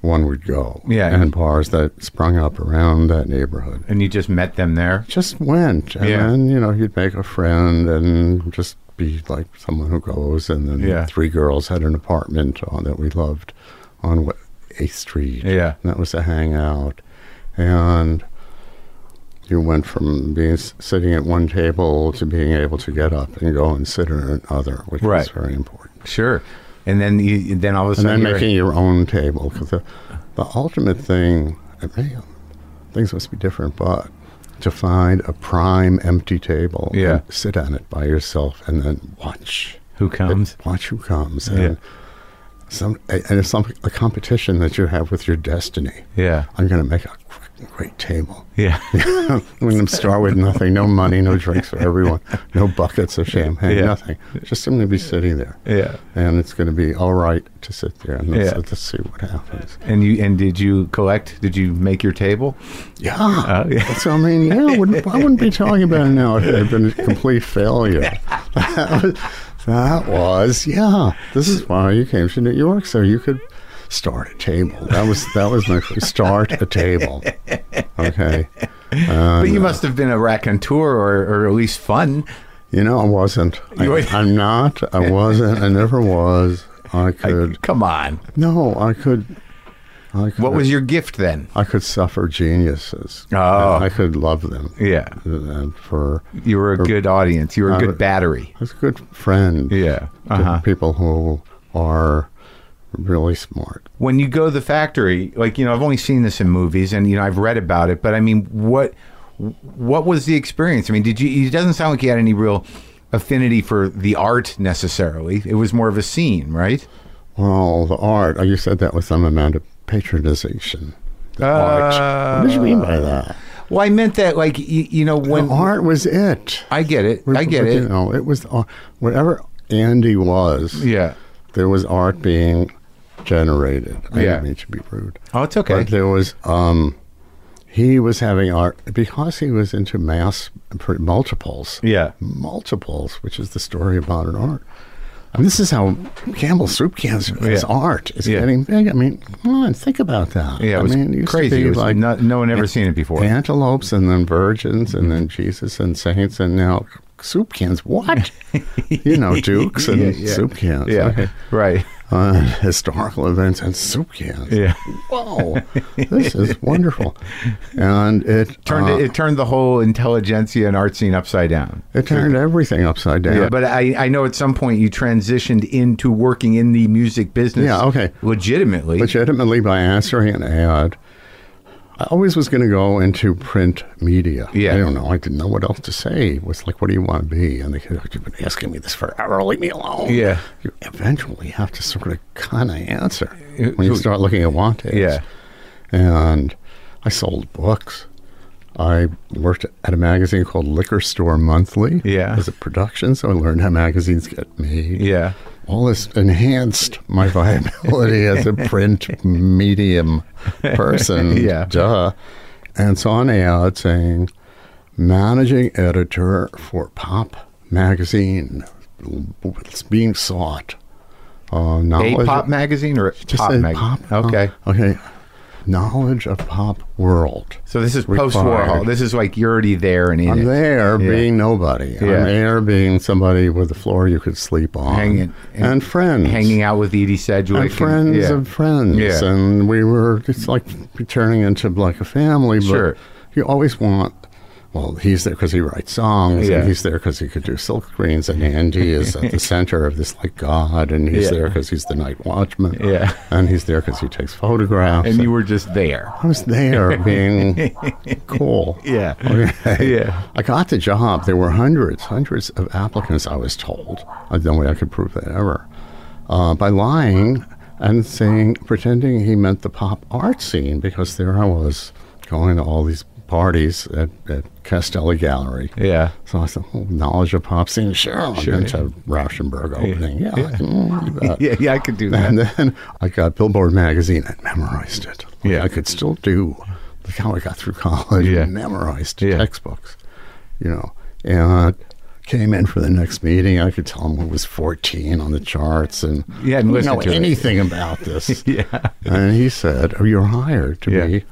S3: one would go.
S1: Yeah.
S3: And bars that sprung up around that neighborhood.
S1: And you just met them there.
S3: Just went. And
S1: Yeah.
S3: then, you know, you'd make a friend and just be like someone who goes. And then
S1: Yeah.
S3: three girls had an apartment on that we loved on what, 8th Street.
S1: Yeah.
S3: And that was a hangout. And you went from being s- sitting at one table to being able to get up and go and sit at another, which
S1: Right.
S3: is very important.
S1: Sure. And then you, then all of a
S3: And
S1: sudden,
S3: then
S1: you're-
S3: making your own table because the, the ultimate thing, I mean, things must be different, but to find a prime empty table,
S1: Yeah.
S3: and sit on it by yourself, and then watch.
S1: who comes?
S3: Watch who comes.
S1: Yeah.
S3: And some and it's some a competition that you have with your destiny.
S1: Yeah.
S3: I'm going to make a great, great table.
S1: Yeah.
S3: I'm going to start with nothing, no money, no drinks for everyone, no buckets of champagne,
S1: Yeah.
S3: nothing. Just I'm going to be sitting there,
S1: yeah.
S3: and it's going to be all right to sit there and let's,
S1: Yeah.
S3: let's see what happens.
S1: And you and did you collect? Did you make your table?
S3: Yeah.
S1: Oh, yeah.
S3: So I mean, yeah, I wouldn't, I wouldn't be talking about it now if it had been a complete failure. that, was, that was, yeah. This is why you came to New York, so you could start a table. That was that was my first- start a table. Okay.
S1: but you must have been a raconteur or, or at least fun.
S3: You know, I wasn't. I,
S1: You weren't-
S3: I'm not. I wasn't. I never was. I
S1: I-
S3: could.
S1: come on.
S3: no, I could. I could.
S1: What was your gift then?
S3: I could suffer geniuses.
S1: Oh.
S3: I could love them.
S1: Yeah.
S3: And for
S1: You were a good audience. You were a
S3: Uh,
S1: good battery.
S3: I was a good friend.
S1: Yeah.
S3: to
S1: Uh-huh.
S3: people who are really smart.
S1: When you go to the factory, like you know, I've only seen this in movies, and you know, I've read about it. But I mean, what what was the experience? I mean, did you? It doesn't sound like you had any real affinity for the art necessarily. It was more of a scene, right?
S3: Well, the art. Oh, you said that with some amount of patronization. The art. What did you mean by that?
S1: Well, I meant that, like you, you know, Uh, when
S3: When art was it.
S1: I get it, I get
S3: You
S1: it.
S3: know, it was ar- whatever Andy was.
S1: Yeah.
S3: there was art being generated. I
S1: Yeah.
S3: didn't mean to be rude.
S1: Oh, it's okay.
S3: But there was, um, he was having art because he was into mass pr- multiples.
S1: Yeah.
S3: Multiples, which is the story of modern art. And this is how Campbell's soup cans is
S1: Yeah.
S3: art. It's
S1: Yeah.
S3: getting big. I mean, come on, think about that.
S1: Yeah, it
S3: I
S1: was
S3: mean, used to
S1: crazy.
S3: be
S1: It was not- no one ever seen it before.
S3: Antelopes and then virgins and then
S1: Mm-hmm.
S3: Jesus and saints and now soup cans. What? you know, dukes and
S1: Yeah, yeah.
S3: soup cans.
S1: yeah.
S3: Okay
S1: Right.
S3: uh, historical events and soup cans.
S1: Yeah.
S3: Whoa, this is wonderful. And it
S1: Turned
S3: uh,
S1: it, it turned the whole intelligentsia and art scene upside down.
S3: it turned everything upside down.
S1: Yeah, but I, I know at some point you transitioned into working in the music business.
S3: Yeah, okay.
S1: Legitimately.
S3: legitimately by answering an ad. I always was going to go into print media.
S1: Yeah.
S3: I don't know. I didn't know what else to say. It was like, what do you want to be? And they could, you've been asking me this forever. Leave me alone.
S1: Yeah.
S3: You eventually have to sort of kind of answer when you start looking at want ads.
S1: Uh, Yeah.
S3: And I sold books. I worked at a magazine called Liquor Store Monthly.
S1: Yeah.
S3: As a production, so I learned how magazines get made
S1: yeah.
S3: all this enhanced my viability as a print medium person.
S1: Yeah.
S3: Duh. And so on ad saying, managing editor for Pop Magazine It's being sought. Uh, knowledge
S1: A pop magazine or
S3: Just
S1: pop
S3: say
S1: magazine?
S3: pop.
S1: Okay.
S3: Uh, okay. Knowledge of pop world.
S1: So this is
S3: Required.
S1: post Warhol. This is like you're already there and in
S3: I'm
S1: it.
S3: there
S1: Yeah.
S3: being nobody.
S1: Yeah.
S3: I'm there being somebody with a floor you could sleep on.
S1: Hanging-
S3: And, friends.
S1: Hanging out with Edie Sedgwick.
S3: and friends
S1: yeah.
S3: of friends,
S1: Yeah.
S3: and we were it's like turning into like a family. But
S1: Sure.
S3: you always want. Well, he's there because he writes songs,
S1: Yeah.
S3: and he's there because he could do silk screens, and Andy is at the center of this like God, and he's
S1: Yeah.
S3: there because he's the night watchman,
S1: Yeah.
S3: and he's there because he takes photographs.
S1: and you were just there.
S3: I was there being cool.
S1: Yeah.
S3: Okay.
S1: Yeah.
S3: I got the job. There were hundreds, hundreds of applicants, I was told. There's no way I could prove that ever. Uh, by lying and saying, pretending he meant the pop art scene, because there I was going to all these parties at, at Castelli Gallery.
S1: Yeah.
S3: So I said, oh, knowledge of pop scene, sure. I'm
S1: Sure.
S3: into Rauschenberg opening. Yeah. I can- you bet.
S1: Yeah, yeah, I could do that.
S3: And then I got Billboard magazine and memorized it. Like,
S1: Yeah.
S3: I could still do. Like how I got through college,
S1: Yeah.
S3: memorized
S1: Yeah.
S3: textbooks, you know, and came in for the next meeting. I could tell him it was fourteen on the charts, and
S1: Yeah, and
S3: didn't
S1: listen
S3: know
S1: to it.
S3: anything about this.
S1: yeah.
S3: And he said, "Oh, you're hired to
S1: Yeah.
S3: be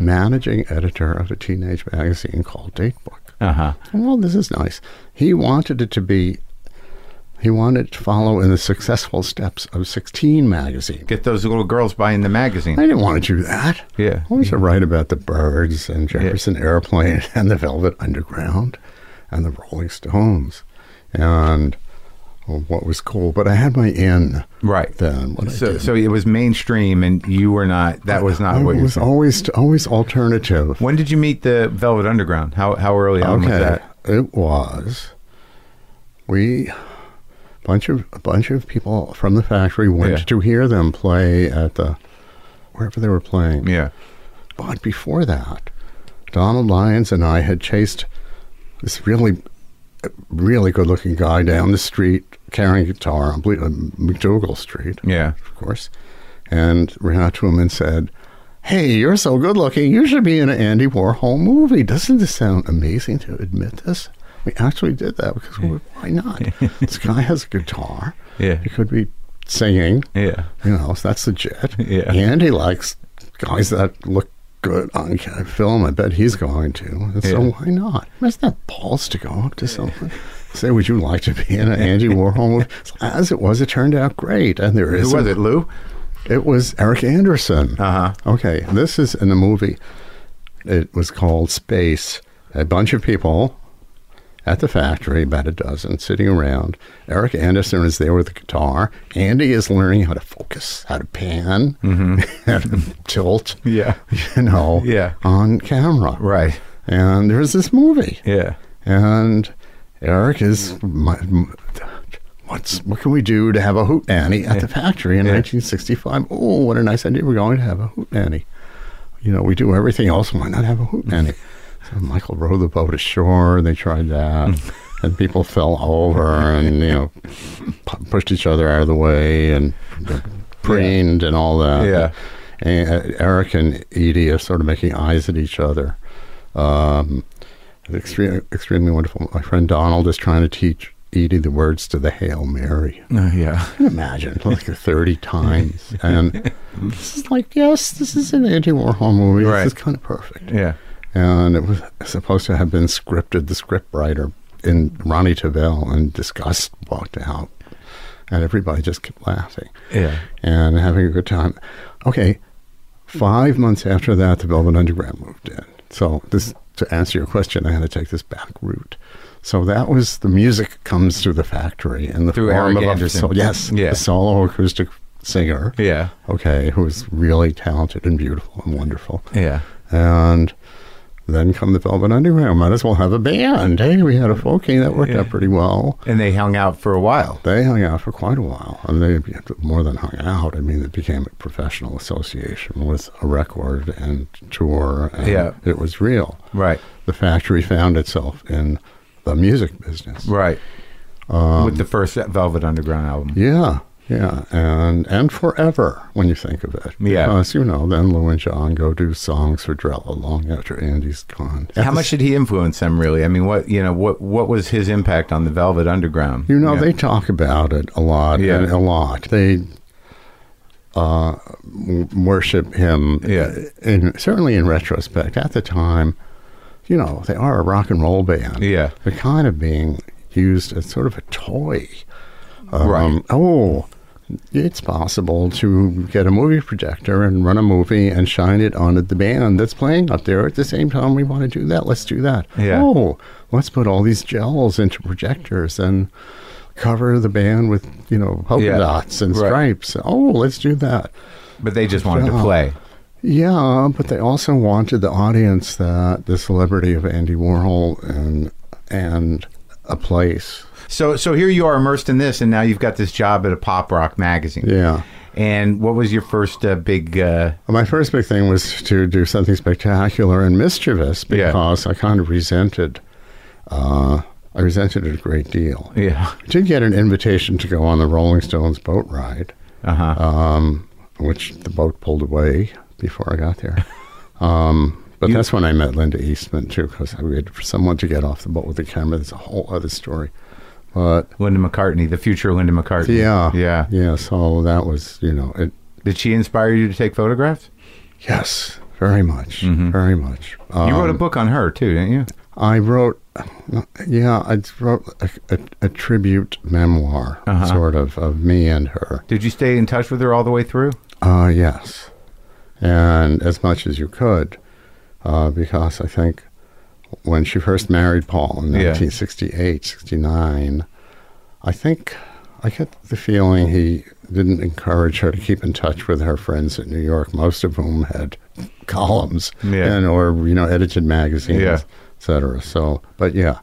S3: managing editor of a teenage magazine called Datebook."
S1: Uh huh.
S3: Well, this is nice. He wanted it to be He wanted to follow in the successful steps of 16 magazine.
S1: Get those little girls buying the magazine.
S3: I didn't want to do that.
S1: Yeah.
S3: I wanted to write about the birds and Jefferson Airplane and the Velvet Underground and the Rolling Stones and well, what was cool. But I had my in
S1: Right.
S3: then. What I
S1: So,
S3: did.
S1: so it was mainstream, and you were not. That was not
S3: I
S1: what you
S3: was
S1: were.
S3: always always alternative.
S1: When did you meet the Velvet Underground? How how early on was
S3: Okay,
S1: that?
S3: it was we bunch of a bunch of people from the factory went
S1: Yeah.
S3: to hear them play at the wherever they were playing.
S1: Yeah.
S3: But before that, Donald Lyons and I had chased this really, really good looking guy down the street carrying a guitar on Ble- uh, McDougal Street,
S1: Yeah.
S3: of course, and ran out to him and said, Hey, you're so good looking. You should be in an Andy Warhol movie. Doesn't this sound amazing to admit this? We actually did that because we were, why not? this guy has a guitar.
S1: Yeah.
S3: He could be singing.
S1: Yeah.
S3: You know, so that's legit.
S1: Yeah.
S3: And he likes guys that look good on ca- film. I bet he's going to. And so
S1: Yeah.
S3: why not? Isn't that balls to go up to someone? Say, would you like to be in an Andy Warhol movie? So As it was, it turned out great. And there is
S1: Who was it? Lou.
S3: It was Eric Anderson.
S1: Uh huh.
S3: Okay, this is in a movie. It was called Space. A bunch of people at the factory, about a dozen, sitting around. Eric Anderson is there with a guitar. Andy is learning how to focus, how to pan, how to tilt,
S1: Mm-hmm. Yeah.
S3: you know,
S1: Yeah.
S3: on camera.
S1: Right.
S3: And there's this movie.
S1: Yeah.
S3: And Eric is, my, m- what's what can we do to have a hoot nanny at the factory in
S1: Yeah.
S3: 1965? Oh, what a nice idea! We're going to have a hoot nanny. You know, we do everything else. Why not have a hoot nanny? So Michael rowed the boat ashore, and they tried that, and people fell over, and you know, pu- pushed each other out of the way, and preened and all that.
S1: Yeah.
S3: And uh, Eric and Edie are sort of making eyes at each other. Um, extremely, extremely wonderful. My friend Donald is trying to teach Edie the words to the Hail Mary.
S1: Uh, yeah.
S3: I can imagine like 30 times. And this is like, yes, this is an anti Warhol movie.
S1: Right.
S3: This is kind of perfect.
S1: Yeah.
S3: And it was supposed to have been scripted. The scriptwriter in Ronnie Tavell in disgust walked out. And everybody just kept laughing
S1: Yeah.
S3: and having a good time. Okay, five months after that, the Velvet Underground moved in. So this, to answer your question, I had to take this back route. So that was the music comes through the factory in the
S1: Through
S3: form
S1: Eric
S3: of
S1: Anderson.
S3: a so, yes,
S1: Yeah.
S3: a solo acoustic singer.
S1: Yeah.
S3: Okay, who was really talented and beautiful and wonderful.
S1: Yeah.
S3: And then come the Velvet Underground. Might as well have a band. Hey, we had a folking that worked
S1: Yeah.
S3: out pretty well.
S1: And they hung out for a while.
S3: They hung out for quite a while, and they more than hung out. I mean, it became a professional association with a record and tour. And
S1: Yeah.
S3: it was real.
S1: Right.
S3: The factory found itself in the music business.
S1: Right. With the first Velvet Underground album.
S3: Um, Yeah, yeah, and and forever when you think of it.
S1: Yeah.
S3: because you know, then Lou and John go do songs for Drella long after Andy's gone.
S1: How much did he influence them, really? I mean, what you know, what what was his impact on the Velvet Underground?
S3: You know,
S1: Yeah.
S3: they talk about it a lot,
S1: Yeah.
S3: and a lot. They uh, w- worship him,
S1: Yeah.
S3: in, certainly in retrospect. At the time, you know, they are a rock and roll band.
S1: Yeah.
S3: They're kind of being used as sort of a toy. Um,
S1: Right.
S3: Oh, it's possible to get a movie projector and run a movie and shine it on the band that's playing up there at the same time. We want to do that. Let's do that.
S1: Yeah.
S3: Oh, let's put all these gels into projectors and cover the band with you know polka
S1: Yeah.
S3: dots and
S1: Right.
S3: stripes. Oh, let's do that.
S1: but they just wanted to
S3: Yeah.
S1: play.
S3: Yeah, but they also wanted the audience that the celebrity of Andy Warhol and and a place.
S1: So so here you are immersed in this, and now you've got this job at a pop rock magazine.
S3: Yeah.
S1: And what was your first uh, big? Uh,
S3: My first big thing was to do something spectacular and mischievous
S1: Yeah.
S3: because I kind of resented. Uh, I resented it a great deal.
S1: yeah.
S3: I did get an invitation to go on the Rolling Stones boat ride,
S1: Uh huh.
S3: um, which the boat pulled away before I got there. Um, but
S1: You-
S3: that's when I met Linda Eastman too, because I waited for someone to get off the boat with the camera. That's a whole other story. But
S1: Linda McCartney, the future Linda McCartney.
S3: yeah,
S1: Uh, Yeah.
S3: yeah. So that was, you know, it
S1: Did she inspire you to take photographs? Mm-hmm.
S3: Yes, very much, very much. Um,
S1: you wrote a book on her too, didn't you?
S3: I wrote, yeah, I wrote a, a, a tribute memoir,
S1: Uh-huh.
S3: sort of, of me and her.
S1: Did you stay in touch with her all the way through?
S3: Uh, yes. And as much as you could, uh, because I think when she first married Paul in
S1: Yeah.
S3: 1968, 69, I think I get the feeling he didn't encourage her to keep in touch with her friends in New York, most of whom had columns
S1: Yeah.
S3: and or you know edited magazines,
S1: Yeah.
S3: et cetera. So, but yeah,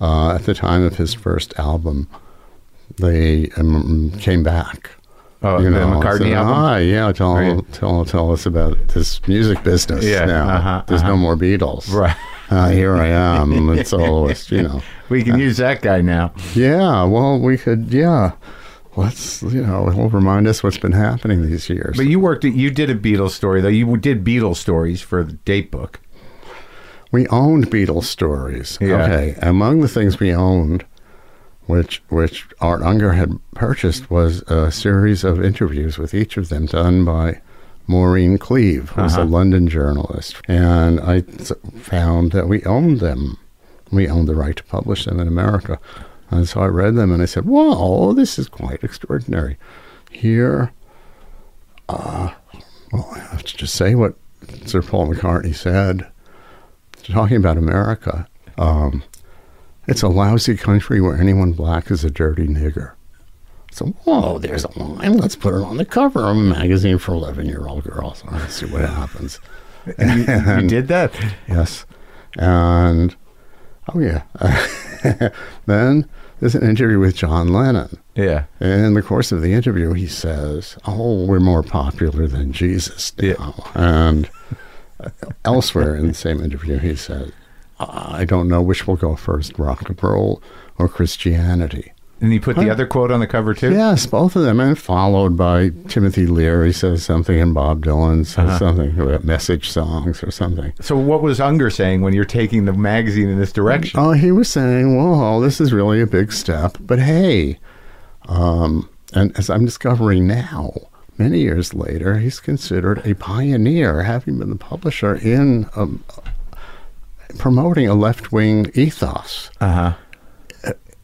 S3: uh, at the time of his first album, they um, came back
S1: Oh,
S3: you
S1: the
S3: know,
S1: McCartney
S3: said, "Ah,
S1: album.
S3: "Hi, yeah, tell,
S1: Right.
S3: tell tell us about this music business
S1: Yeah,
S3: now.
S1: uh-huh,
S3: There's no
S1: uh-huh.
S3: more Beatles.
S1: Right.
S3: Uh, here I am, a soloist, you know.
S1: We can use that guy now.
S3: Yeah, well, we could, yeah. Let's, you know, it'll remind us what's been happening these years.
S1: But you worked. At, you did a Beatles story though. You did Beatles stories for the date book.
S3: we owned Beatles stories.
S1: Yeah.
S3: Okay. Among the things we owned, which which Art Unger had purchased, was a series of interviews with each of them done by Maureen Cleave, who's a
S1: Uh-huh.
S3: London journalist. And I s- found that we owned them. We owned the right to publish them in America. And so I read them and I said, wow, this is quite extraordinary. Here, uh, well, I have to just say what Sir Paul McCartney said talking about America, um, it's a lousy country where anyone black is a dirty nigger. So, whoa, there's a line. Let's put it on the cover of a magazine for 11 year old girls. All right, see what happens.
S1: You did that.
S3: Yes. And, oh, yeah. then there's an interview with John Lennon.
S1: Yeah.
S3: In the course of the interview, he says, "Oh, we're more popular than Jesus now." And elsewhere in the same interview, he said, "I don't know which will go first, rock and roll or Christianity."
S1: And you put the
S3: Huh?
S1: other quote on the cover too.
S3: Yes, both of them, and followed by Timothy Leary says something, and Bob Dylan says something about message songs or something.
S1: So what was Unger saying when you're taking the magazine in this direction?
S3: Oh, he was saying, "Whoa, this is really a big step." But hey, um, and as I'm discovering now, many years later, he's considered a pioneer, having been the publisher in um, promoting a left-wing ethos
S1: Uh huh.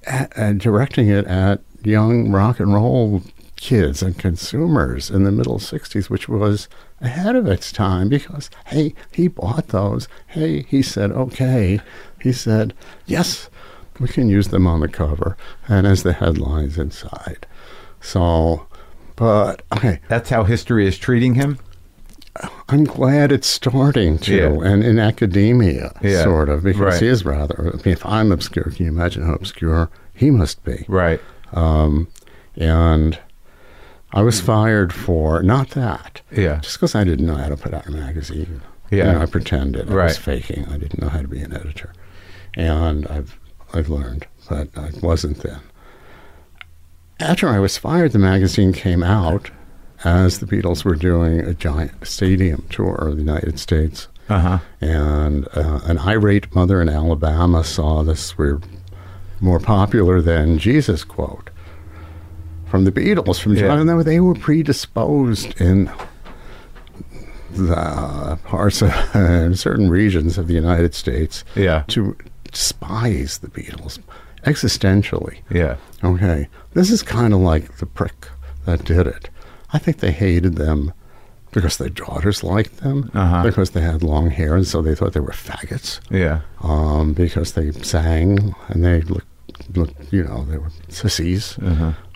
S3: a- and directing it at young rock and roll kids and consumers in the middle 60s, which was ahead of its time because, hey, he bought those. Hey, he said, okay. He said, yes, we can use them on the cover and as the headlines inside. So, but, okay,
S1: That's how history is treating him.
S3: I'm glad it's starting to,
S1: Yeah.
S3: and in academia,
S1: Yeah.
S3: sort of, because
S1: Right.
S3: he is rather, I mean, if I'm obscure, can you imagine how obscure he must be?
S1: Right.
S3: um, and I was fired for not that.
S1: Yeah.
S3: Just because I didn't know how to put out a magazine.
S1: Yeah.
S3: You know, I pretended. I
S1: Right.
S3: was faking. I didn't know how to be an editor, and I've I've learned, but I wasn't then. After I was fired, the magazine came out as the Beatles were doing a giant stadium tour of the United States
S1: Uh huh.
S3: and uh, an irate mother in Alabama saw this we're more popular than Jesus quote from the Beatles from
S1: Yeah.
S3: John and they were predisposed in the parts of in certain regions of the United States
S1: Yeah.
S3: to despise the Beatles existentially
S1: Yeah.
S3: Okay. This is kind of like the prick that did it. I think they hated them because their daughters liked them,
S1: Uh-huh.
S3: because they had long hair, and so they thought they were faggots,
S1: Yeah.
S3: um, because they sang and they looked, looked you know, they were sissies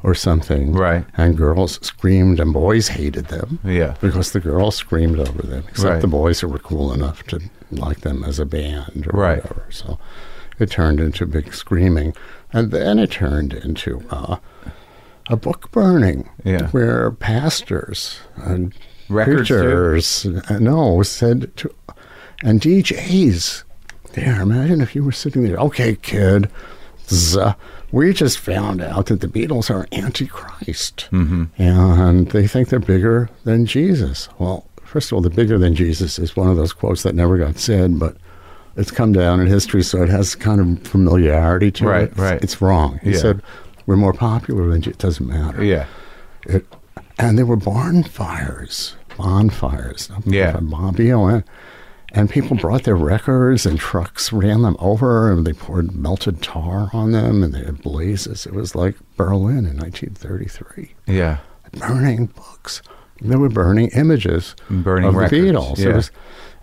S3: or something.
S1: Uh-huh. Right.
S3: And girls screamed, and boys hated them
S1: Yeah.
S3: because the girls screamed over them, except
S1: Right.
S3: the boys who were cool enough to like them as a band or
S1: Right.
S3: whatever. So it turned into big screaming. And then it turned into uh, a book burning
S1: Yeah.
S3: where pastors and
S1: Records, too?
S3: preachers, uh, no, said to, and DJs. There, imagine if you were sitting there, okay, kid. Z- we just found out that the Beatles are antichrist,
S1: Mm-hmm.
S3: and they think they're bigger than Jesus. Well, first of all, the bigger than Jesus is one of those quotes that never got said, but it's come down in history, so it has kind of familiarity to
S1: Right,
S3: it. It's-
S1: right.
S3: It's wrong. He
S1: Yeah.
S3: said we're more popular than Jesus. It doesn't matter.
S1: Yeah.
S3: It, and there were barn fires, bonfires.
S1: Yeah.
S3: Bon- B-O-N. uh, And people brought their records and trucks ran them over and they poured melted tar on them and they had blazes. It was like Berlin in 1933.
S1: Yeah.
S3: Burning books. They were burning images
S1: Burning
S3: of
S1: records,
S3: the Beatles.
S1: yeah.
S3: It was,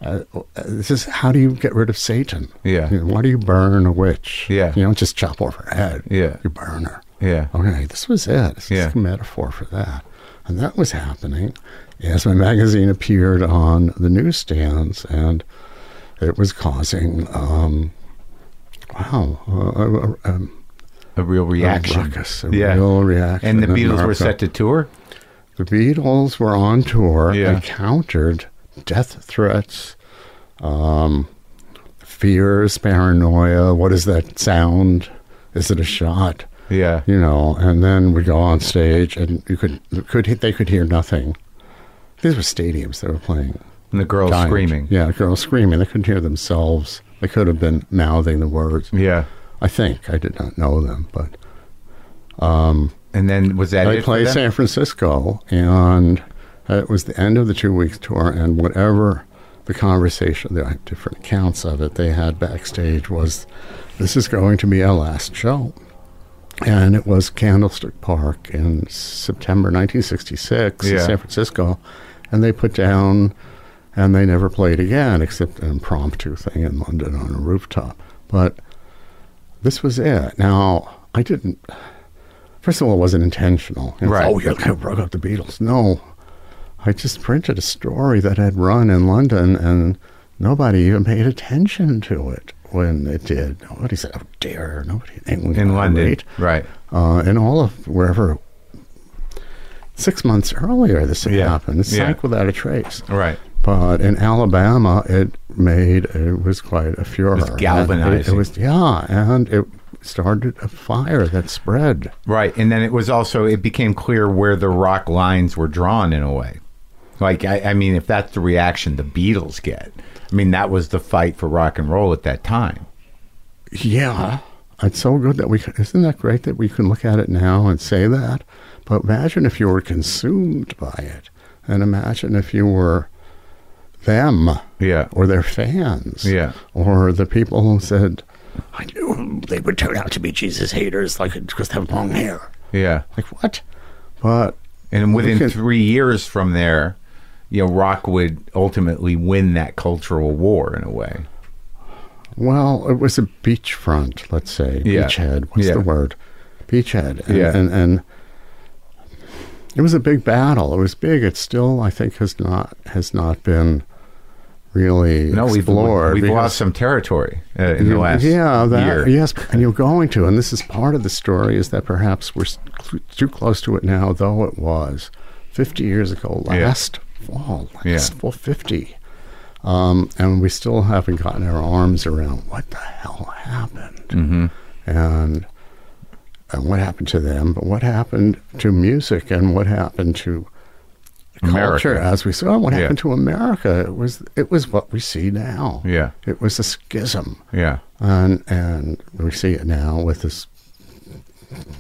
S3: uh, uh, this is how do you get rid of Satan?
S1: Yeah.
S3: You know, why do you burn a witch?
S1: Yeah.
S3: You don't just chop off her head.
S1: Yeah.
S3: You burn her.
S1: Yeah.
S3: Okay, this was it. This
S1: Yeah.
S3: is a metaphor for that. And that was happening as my magazine appeared on the newsstands, and it was causing, um, wow, a, a, a,
S1: A real
S3: a,
S1: reaction.
S3: ruckus, a
S1: Yeah.
S3: real reaction.
S1: And the
S3: in
S1: Beatles were
S3: America.
S1: set to tour.
S3: The Beatles were on tour
S1: Yeah.
S3: and countered death threats, um, fears, paranoia. What is that sound? Is it a shot?
S1: Yeah.
S3: you know, and then we go on stage, and you could could he- they could hear nothing. These were stadiums they were playing.
S1: And the girls
S3: Giant.
S1: screaming.
S3: Yeah, girls screaming. They couldn't hear themselves. They could have been mouthing the words.
S1: Yeah.
S3: I think I did not know them, but
S1: And then was that
S3: they
S1: it? for
S3: played
S1: them?
S3: San Francisco, and it was the end of the two week tour, and whatever the conversation, there are different accounts of it they had backstage was, this is going to be our last show. And it was Candlestick Park in September 1966 in
S1: Yeah.
S3: San Francisco, and they put down, and they never played again except an impromptu thing in London on a rooftop. But this was it. Now, I didn't. First of all, it wasn't intentional. It was,
S1: Right.
S3: Oh, yeah, I broke up the Beatles. No, I just printed a story that had run in London, and nobody even paid attention to it when it did. Nobody said, "How dare!" Nobody in England.
S1: in
S3: got
S1: London.
S3: irate.
S1: Right.
S3: uh, in all of wherever. Six months earlier, this had
S1: Yeah.
S3: happened. It's
S1: Yeah.
S3: like without a trace.
S1: Right.
S3: But in Alabama, it made it was quite a furor.
S1: was
S3: And It,
S1: galvanizing.
S3: it was yeah, and it started a fire that spread.
S1: Right. And then it was also, it became clear where the rock lines were drawn in a way. Like, I, I mean, if that's the reaction the Beatles get, I mean, that was the fight for rock and roll at that time.
S3: Yeah, it's so good that we can, isn't that great that we can look at it now and say that. But imagine if you were consumed by it, and imagine if you were them
S1: Yeah.
S3: or their fans,
S1: Yeah.
S3: or the people who said, "I knew they would turn out to be Jesus haters, like because they have long hair."
S1: Yeah.
S3: Like what? But
S1: And within
S3: Okay.
S1: three years from there, you know, rock would ultimately win that cultural war in a way.
S3: Well, it was a beachfront, let's say.
S1: Yeah.
S3: Beachhead. What's
S1: Yeah.
S3: the word? Beachhead. And,
S1: Yeah.
S3: And, and it was a big battle. It was big. It still, I think, has not has not been really
S1: No, we've,
S3: explored.
S1: we've
S3: because
S1: lost some territory uh, in the
S3: you-
S1: last
S3: yeah, that,
S1: year.
S3: Yes, and you're going to. And this is part of the story is that perhaps we're s- cl- too close to it now, though it was 50 years ago,
S1: Yeah.
S3: last fall, last
S1: Yeah.
S3: fall 50. Um, and we still haven't gotten our arms around what the hell happened
S1: Mm-hmm.
S3: and and what happened to them, but what happened to music and what happened to culture
S1: America.
S3: as we saw what
S1: Yeah.
S3: happened to America. It was it was what we see now.
S1: Yeah.
S3: It was a schism.
S1: Yeah.
S3: And and we see it now with this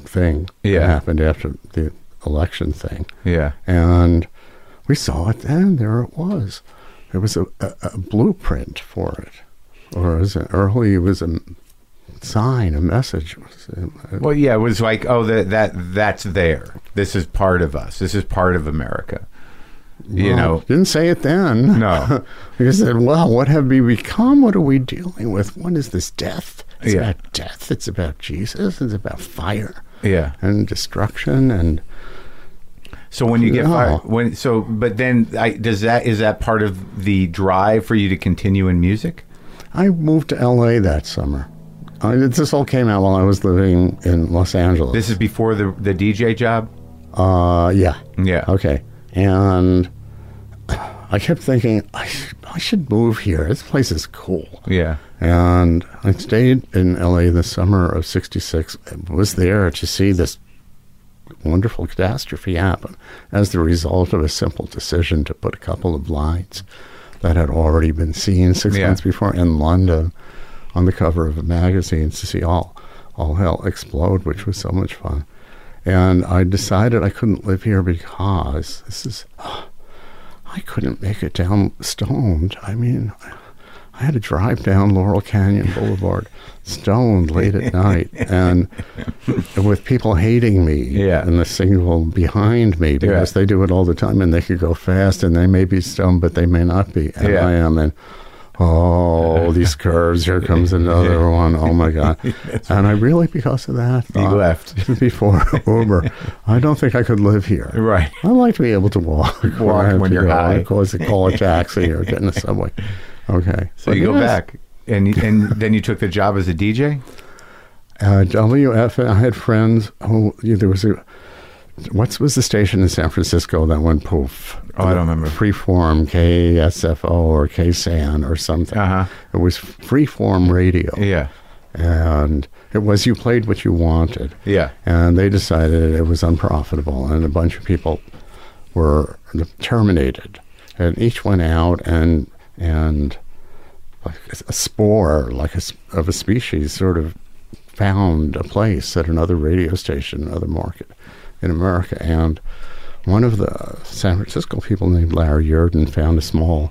S3: thing
S1: Yeah.
S3: that happened after the election thing.
S1: Yeah.
S3: And we saw it then. There it was. It was a, a, a blueprint for it. Or as an early, it was a m- sign, a message. It was, uh,
S1: Well, yeah, it was like, oh, that that that's there. This is part of us. This is part of America. You
S3: well,
S1: know,
S3: Didn't say it then.
S1: No.
S3: you said, well, what have we become? What are we dealing with? What is this death? It's
S1: Yeah.
S3: about death. It's about Jesus. It's about fire
S1: yeah.
S3: and destruction and
S1: So when you get
S3: No.
S1: fired, when so, but then I, does that is that part of the drive for you to continue in music?
S3: I moved to LA that summer. I, this all came out while I was living in Los Angeles.
S1: This is before the the DJ job.
S3: uh, yeah.
S1: Yeah.
S3: Okay. And I kept thinking, I, sh- I should move here. This place is cool.
S1: Yeah.
S3: And I stayed in LA the summer of 66. I was there to see this wonderful catastrophe happen as the result of a simple decision to put a couple of lines that had already been seen six
S1: Yeah.
S3: months before in London on the cover of a magazine to see all, all hell explode, which was so much fun. And I decided I couldn't live here because this is. I couldn't make it down stoned. I mean, I had to drive down Laurel Canyon Boulevard, stoned late at night, and with people hating me
S1: Yeah.
S3: and the signal behind me because they do it all the time and they could go fast and they may be stoned, but they may not be. And
S1: Yeah.
S3: I am. And oh, these curves, here comes another one. Oh my God. And I really, because of that,
S1: You
S3: thought
S1: left.
S3: before Uber, I don't think I could live here.
S1: Right.
S3: I like to be able to walk. where
S1: Walk
S3: I have
S1: when
S3: to
S1: you're
S3: go.
S1: high.
S3: I cause a call a taxi or get in the subway. Okay.
S1: So
S3: But
S1: you go
S3: yes,
S1: back, and and then you took the job as a DJ.
S3: Uh, WF. I had friends who yeah, there was a. What was the station in San Francisco that went poof?
S1: Oh, I don't remember.
S3: Freeform KSFO or KSAN or something.
S1: Uh-huh.
S3: It was freeform radio.
S1: Yeah.
S3: and it was you played what you wanted.
S1: Yeah.
S3: And they decided it was unprofitable, and a bunch of people were terminated, and each went out and and like a spore, like a, s- of a species, sort of found a place at another radio station, another market in America, and. One of the San Francisco people named Larry Yurden found a small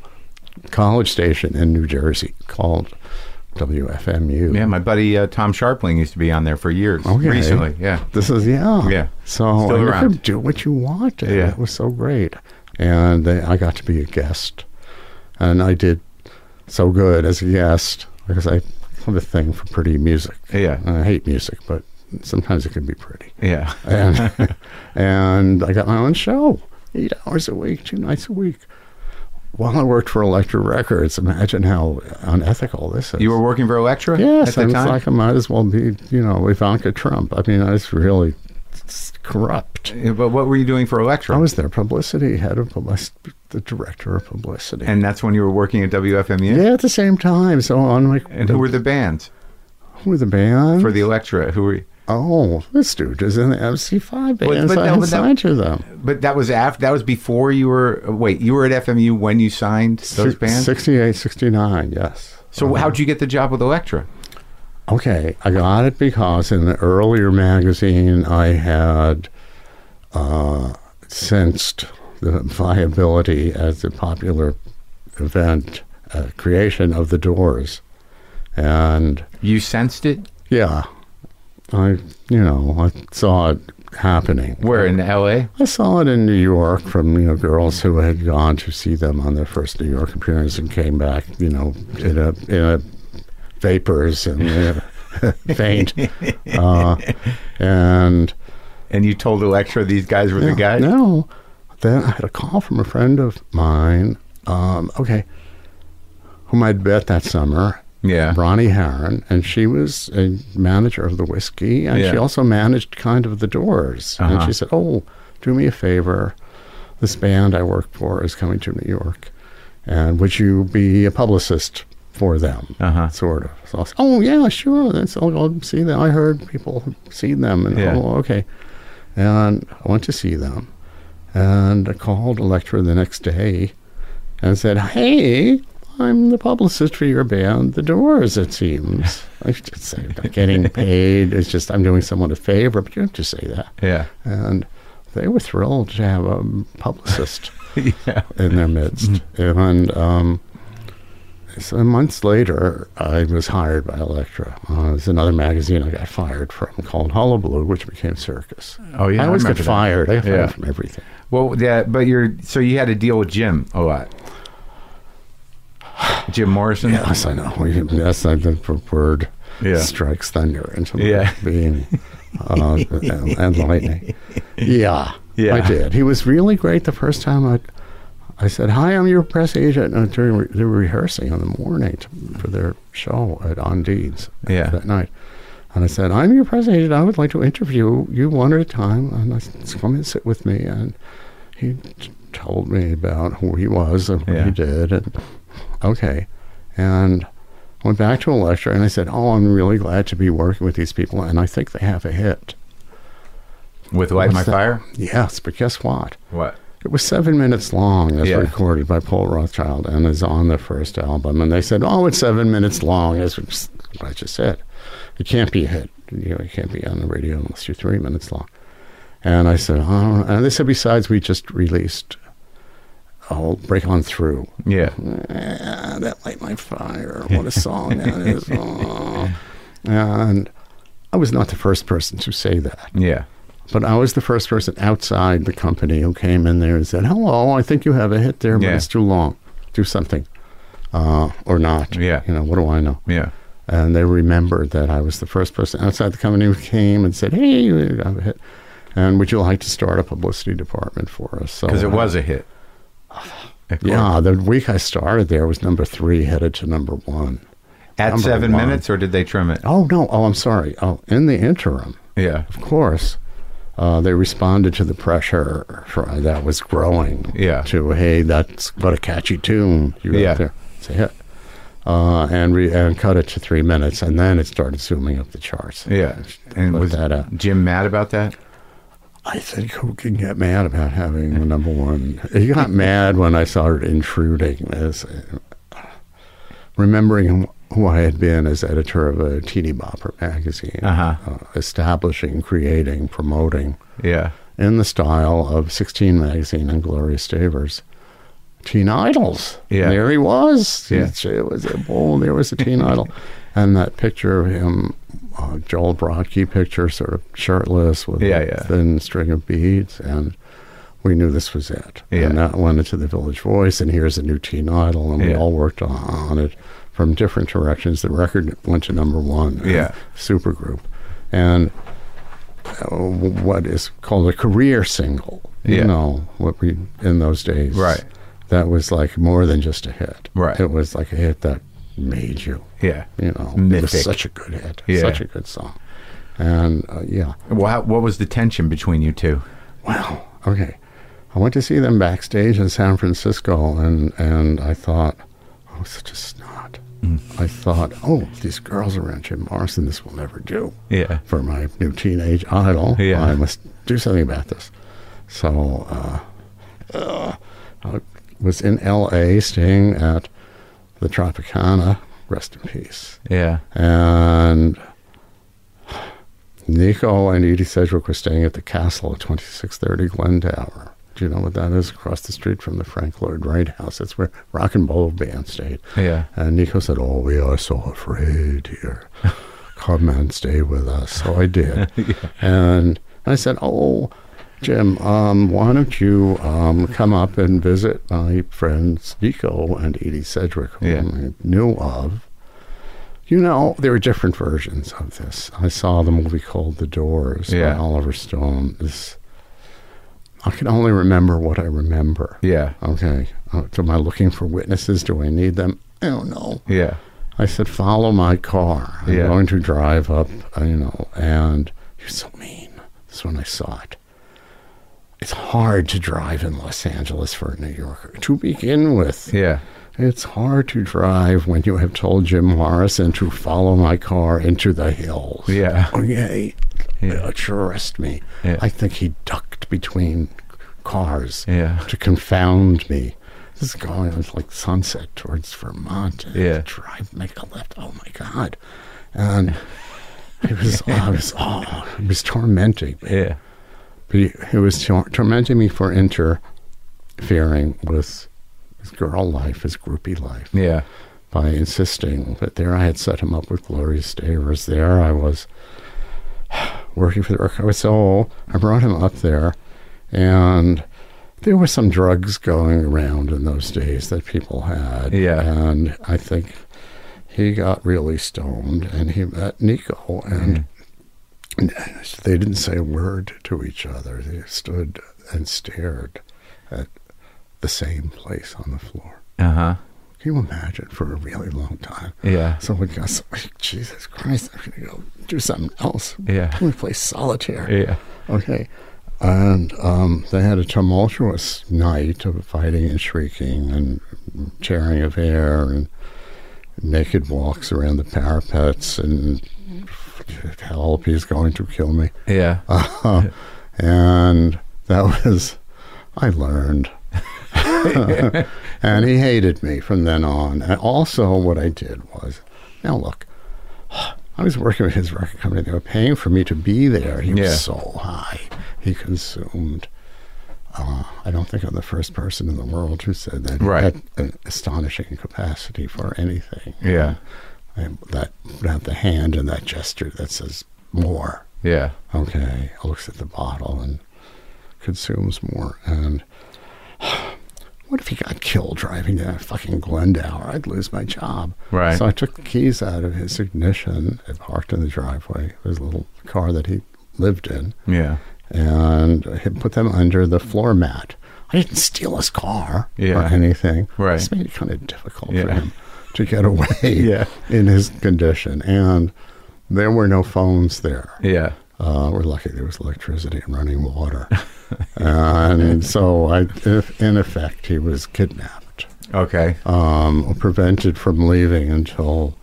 S3: college station in New Jersey called WFMU.
S1: Yeah. My buddy uh, Tom Sharpling used to be on there for years.
S3: Okay.
S1: Recently. Yeah.
S3: This is yeah.
S1: Yeah.
S3: So
S1: Still
S3: and you
S1: around.
S3: could do what you wanted.
S1: Yeah.
S3: It was so great, and they, I got to be a guest, and I did so good as a guest because I have a thing for pretty music.
S1: Yeah.
S3: I hate music, but sometimes it can be pretty.
S1: Yeah.
S3: And and I got my own show, eight hours a week, two nights a week. While I worked for Elektra Records, imagine how unethical this is.
S1: You were working for Electra
S3: Yes,
S1: at
S3: and
S1: the
S3: it's
S1: time.
S3: like I might as well be, you know, Ivanka Trump. I mean, I was really s- corrupt.
S1: Yeah, but what were you doing for Electra?
S3: I was their publicity head of publicity, the director of publicity.
S1: and that's when you were working at WFMU.
S3: yeah, at the same time. So on my
S1: And who were the bands
S3: who were the band?
S1: for the Electra? Who were?
S3: oh, the Stooges and the MC5
S1: But-
S3: bands.
S1: but
S3: I
S1: no,
S3: had
S1: but that-
S3: signed to them.
S1: But that was after. That was before you were. Wait, you were at FMU when you signed those
S3: Si-
S1: bands.
S3: 68, 69, yes.
S1: So how'd you get the job with Electra?
S3: Okay, I got it because in the earlier magazine I had uh, sensed the viability as a popular event uh, creation of the Doors, and
S1: You sensed it.
S3: yeah, I you know I saw it happening.
S1: Where in L.A.
S3: I saw it in New York from you know girls who had gone to see them on their first New York appearance and came back you know in a in a vapors and you know, faint, uh, and
S1: And you told Electra these guys were the guys.
S3: no, then I had a call from a friend of mine. Um, okay, whom I'd met that summer,
S1: Yeah.
S3: Ronnie Harron, and she was a manager of the whiskey, and
S1: Yeah.
S3: she also managed kind of the Doors. And
S1: Uh-huh.
S3: she said, "Oh, do me a favor. This band I work for is coming to New York, and would you be a publicist for them?"
S1: Uh-huh.
S3: Sort of. So I said, "Oh yeah, sure. That's I'll go see them. I heard people have seen them, and
S1: Yeah.
S3: oh okay." And I went to see them, and I called Electra the next day and said, "Hey, I'm the publicist for your band, The Doors. It seems I should say I'm not getting paid. It's just I'm doing someone a favor, but you don't have to say that."
S1: Yeah.
S3: And they were thrilled to have a publicist
S1: yeah. Mm-hmm.
S3: in their midst. and um, so months later, I was hired by Elektra. Uh, there's another magazine I got fired from called Hullabaloo, which became Circus.
S1: Oh, yeah, I
S3: I always
S1: remember that.
S3: get fired. I get fired
S1: Yeah.
S3: from everything.
S1: Well, yeah, but you're so you had to deal with Jim a lot. Jim Morrison.
S3: Yes, I know. We- Yes, I think the word
S1: Yeah.
S3: strikes thunder into my
S1: Yeah.
S3: being uh, and, and lightning. Yeah,
S1: Yeah.
S3: I did. He was really great the first time I. I said, "Hi, I'm your press agent." And during re- they were rehearsing in the morning to, for their show at Undine's
S1: Yeah.
S3: that night, and I said, "I'm your press agent. I would like to interview you one at a time." And I said, "Come and sit with me." And he t- told me about who he was and what
S1: Yeah.
S3: he did, and okay. And went back to a lecture and I said, Oh, I'm really glad to be working with these people and I think they have a hit.
S1: With Light
S3: What's
S1: My
S3: that?
S1: Fire.
S3: Yes, but guess what?
S1: What?
S3: It was seven minutes long as
S1: Yeah.
S3: recorded by Paul Rothschild and is on the first album. And they said, Oh, it's seven minutes long as what I just said. It can't be a hit. You know, it can't be on the radio unless you're three minutes long. And I said, Oh, and they said, Besides, we just released I'll break on through.
S1: Yeah.
S3: "Ah, that light my fire. What a song that is. Oh. And I was not the first person to say that,
S1: Yeah.
S3: but I was the first person outside the company who came in there and said, "Hello, I think you have a hit there, but
S1: Yeah.
S3: it's too long. Do something, uh, or not.
S1: Yeah.
S3: you know what do I know?"
S1: Yeah.
S3: And they remembered that I was the first person outside the company who came and said, "Hey, you have a hit." And would you like to start a publicity department for us?
S1: Because it was a hit. Of course.
S3: Yeah, the week I started there was number three, headed to number one.
S1: At
S3: number
S1: seven
S3: one.
S1: minutes, or did they trim it?
S3: Oh no! Oh, I'm sorry. Oh, in the interim,
S1: Yeah.
S3: of course, uh, they responded to the pressure for, that was growing.
S1: Yeah.
S3: To hey, that's what a catchy tune. You got
S1: Yeah.
S3: there. It's a hit. Uh, and re- and cut it to three minutes, and then it started zooming up the charts.
S1: Yeah. And
S3: Put
S1: was
S3: that out.
S1: Jim mad about that?
S3: I think who can get mad about having the number one? He got mad when I started intruding as remembering who I had been as editor of a teeny bopper magazine,
S1: Uh-huh.
S3: uh, establishing, creating, promoting
S1: Yeah.
S3: in the style of 16 magazine and Gloria Stavers. Teen idols.
S1: Yeah.
S3: There he was.
S1: Yeah.
S3: It, was a bowl. There was a teen idol. And that picture of him, uh, Joel Brodsky picture, sort of shirtless with
S1: Yeah,
S3: a
S1: yeah.
S3: thin string of beads. And we knew this was it.
S1: Yeah.
S3: And that went into the Village Voice. And here's a new teen idol. And we
S1: Yeah.
S3: all worked on, on it from different directions. The record went to number one.
S1: Yeah.
S3: Super group. And uh, what is called a career single.
S1: Yeah.
S3: You know what we in those days,
S1: Right.
S3: That was like more than just a hit.
S1: Right.
S3: It was like a hit that made you.
S1: Yeah.
S3: You know, it
S1: Mythic.
S3: was such a good hit.
S1: Yeah.
S3: Such a good song. And uh, yeah,
S1: Well, how, what was the tension between you two?
S3: wow. Okay, I went to see them backstage in San Francisco, and and I thought, oh, such a snot.
S1: Mm.
S3: I thought, oh, these girls around Jim Morrison, this will never do
S1: Yeah.
S3: for my new teenage idol.
S1: Yeah.
S3: I must do something about this. So uh, uh, I was in L.A. staying at the Tropicana. Rest in peace.
S1: Yeah.
S3: And Nico and Edie Sedgwick were staying at the castle at 2630 Glen Tower. Do you know what that is? Across the street from the Frank Lloyd Wright House. That's where Rock and Roll Band stayed.
S1: Yeah.
S3: And Nico said, Oh, we are so afraid here. Come and stay with us. So I did. And I said, Oh, Jim, um, why don't you um, come up and visit my friends Nico and Edie Sedgwick, whom
S1: Yeah.
S3: I knew of. You know, there are different versions of this. I saw the movie called The Doors
S1: Yeah.
S3: by Oliver Stone. This, I can only remember what I remember.
S1: Yeah.
S3: Okay. Uh, so am I looking for witnesses? Do I need them? I don't know.
S1: Yeah.
S3: I said, follow my car. I'm
S1: Yeah.
S3: going to drive up, uh, you know, and you're so mean. That's when I saw it. It's hard to drive in Los Angeles for a New Yorker to begin with.
S1: Yeah.
S3: It's hard to drive when you have told Jim Morrison to follow my car into the hills.
S1: Yeah.
S3: Okay.
S1: Yeah.
S3: Uh, Trust me.
S1: Yeah.
S3: I think he ducked between cars
S1: Yeah.
S3: to confound me. This is going on like sunset towards Vermont. I had to
S1: Yeah.
S3: Drive, make a left. Oh my God. And it was, I was, oh, it was tormenting. me.
S1: Yeah.
S3: But he, he was tor- tormenting me for interfering with his girl life, his groupie life,
S1: Yeah.
S3: by insisting that there I had set him up with Gloria Stavers. There I was working for the Archive. So I brought him up there, and there were some drugs going around in those days that people had.
S1: Yeah.
S3: And I think he got really stoned, and he met Nico, and they didn't say a word to each other. They stood and stared at the same place on the floor.
S1: Uh huh.
S3: Can you imagine for a really long time?
S1: Yeah.
S3: Someone goes, Jesus Christ, I'm going to go do something else.
S1: Yeah.
S3: I'm going to play solitaire.
S1: Yeah.
S3: Okay. And um, they had a tumultuous night of fighting and shrieking and tearing of hair and naked walks around the parapets and
S1: Mm-hmm.
S3: help, he's going to kill me.
S1: Yeah.
S3: Uh, and that was, I learned. and he hated me from then on. And also, what I did was, now look, I was working with his record company. They were paying for me to be there. He
S1: Yeah.
S3: was so high. He consumed Uh, I don't think I'm the first person in the world who said that
S1: Right.
S3: had an astonishing capacity for anything.
S1: Yeah.
S3: And that put out the hand and that gesture that says more.
S1: Yeah.
S3: Okay, looks at the bottle and consumes more. And what if he got killed driving down fucking Glendower? I'd lose my job.
S1: Right.
S3: So I took the keys out of his ignition and parked in the driveway. There's a little car that he lived in
S1: Yeah.
S3: and he put them under the floor mat. I didn't steal his car or
S1: Yeah.
S3: anything.
S1: Right.
S3: This made it kind of difficult for
S1: Yeah.
S3: him to get away
S1: Yeah.
S3: in his condition. And there were no phones there.
S1: Yeah.
S3: Uh, we're lucky there was electricity and running water. and so, I, if, in effect, he was kidnapped
S1: Okay.
S3: um, or prevented from leaving until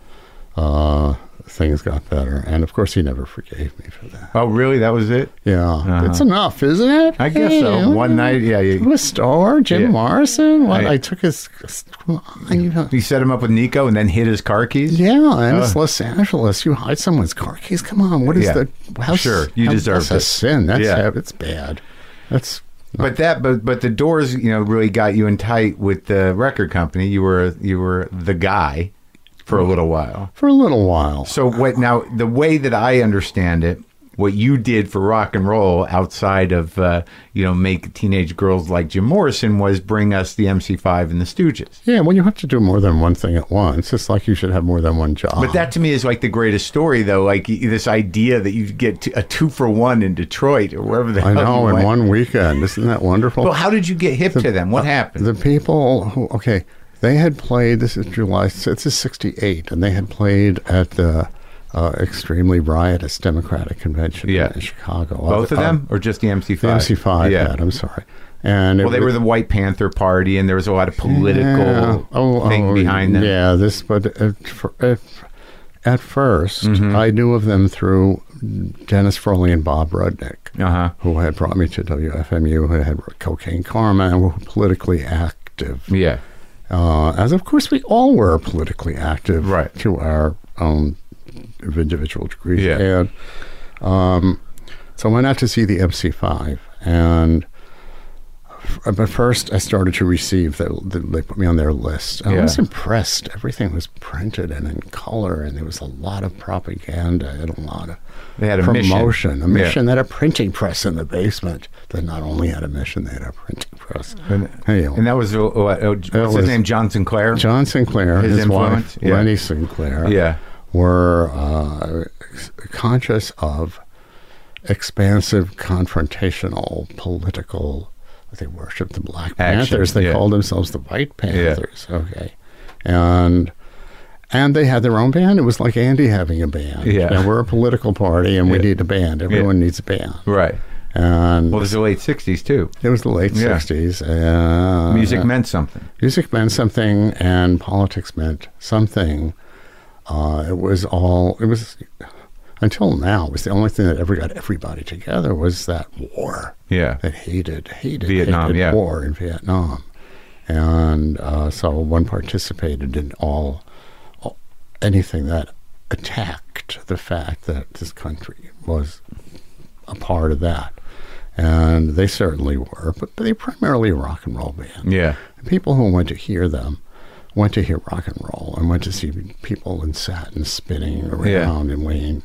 S3: uh, things got better. And of course, he never forgave me for that.
S1: Oh, really? That was it?
S3: Yeah, it's enough, isn't it?
S1: Uh-huh. I guess so. One night, yeah. You,
S3: was Star, Jim
S1: Yeah.
S3: Morrison. What
S1: I-
S3: I, took his. come on, you know.
S1: you set him up with Nico and then hid his car keys?
S3: Yeah, and it's
S1: Uh.
S3: Los Angeles. You hide someone's car keys. Come on, what is
S1: Yeah.
S3: the? How,
S1: Sure, you deserve
S3: that's a
S1: it.
S3: sin. That's
S1: Yeah.
S3: it's bad. That's
S1: But that, but but the doors, you know, really got you in tight with the record company. You were you were the guy for a little while.
S3: for a little while.
S1: So what now? The way that I understand it, what you did for rock and roll outside of uh, you know make teenage girls like Jim Morrison was bring us the MC5 and the Stooges.
S3: Yeah, well, you have to do more than one thing at once. It's like you should have more than one job.
S1: But that to me is like the greatest story, though. Like y- this idea that you get t- a two for one in Detroit or wherever the
S3: I
S1: hell
S3: know
S1: you
S3: in
S1: went.
S3: one weekend, isn't that wonderful?
S1: Well, how did you get hip to them? What happened?
S3: The people who okay, they had played. This is July. This is '68, and they had played at the uh, extremely riotous Democratic convention
S1: Yeah.
S3: in Chicago.
S1: Both of
S3: Uh,
S1: them, or just the MC5?
S3: the MC5.
S1: Yeah.
S3: Yeah, I'm sorry. And it
S1: Well, they were
S3: was-
S1: the White Panther Party, and there was a lot of
S3: Yeah.
S1: political
S3: Oh,
S1: thing
S3: oh,
S1: behind them.
S3: Yeah, this, but at, fir- at, at 1st
S1: Mm-hmm.
S3: I knew of them through Dennis Froley and Bob Rudnick,
S1: Uh-huh.
S3: who had brought me to WFMU, who had Cocaine Karma, and were politically active.
S1: Yeah.
S3: Uh, as of course we all were politically active
S1: Right.
S3: to our own individual degrees.
S1: Yeah.
S3: And um, so I went out to see the MC5. And f- but first I started to receive, the, the, they put me on their list. And
S1: Yeah.
S3: I was impressed. Everything was printed and in color, and there was a lot of propaganda and a lot of
S1: They had a mission.
S3: promotion. A
S1: Yeah.
S3: mission that a printing press in the basement that not only had a mission, they had a printing press.
S1: And,
S3: Anyway.
S1: and that was, uh, what, uh, what's
S3: oh. That
S1: his
S3: was-
S1: name, John Sinclair?
S3: John Sinclair,
S1: His
S3: his,
S1: influence,
S3: wife
S1: yeah.
S3: Lenny Sinclair,
S1: Yeah.
S3: were uh, ex- conscious of expansive, confrontational, political. They worshipped the Black
S1: Action,
S3: Panthers. They
S1: yeah.
S3: called themselves the White Panthers. Okay, and and they had their own band. It was like Andy having a band.
S1: Yeah.
S3: and we're a political party, and we
S1: Yeah.
S3: need a band. Everyone needs a band.
S1: Right.
S3: And
S1: Well, this is the late 60s, too.
S3: it was the late
S1: Yeah.
S3: '60s. Uh,
S1: Music meant something.
S3: music meant something and politics meant something. Uh, it was all it was until now it was the only thing that ever got everybody together was that war
S1: Yeah.
S3: that hated hated
S1: Vietnam,
S3: hated
S1: yeah.
S3: war in Vietnam, and uh, so one participated in all, all anything that attacked the fact that this country was a part of that. And they certainly were, but they were primarily a rock and roll band
S1: Yeah.
S3: people who went to hear them went to hear rock and roll and went to see people in satin spinning around
S1: Yeah.
S3: and Wayne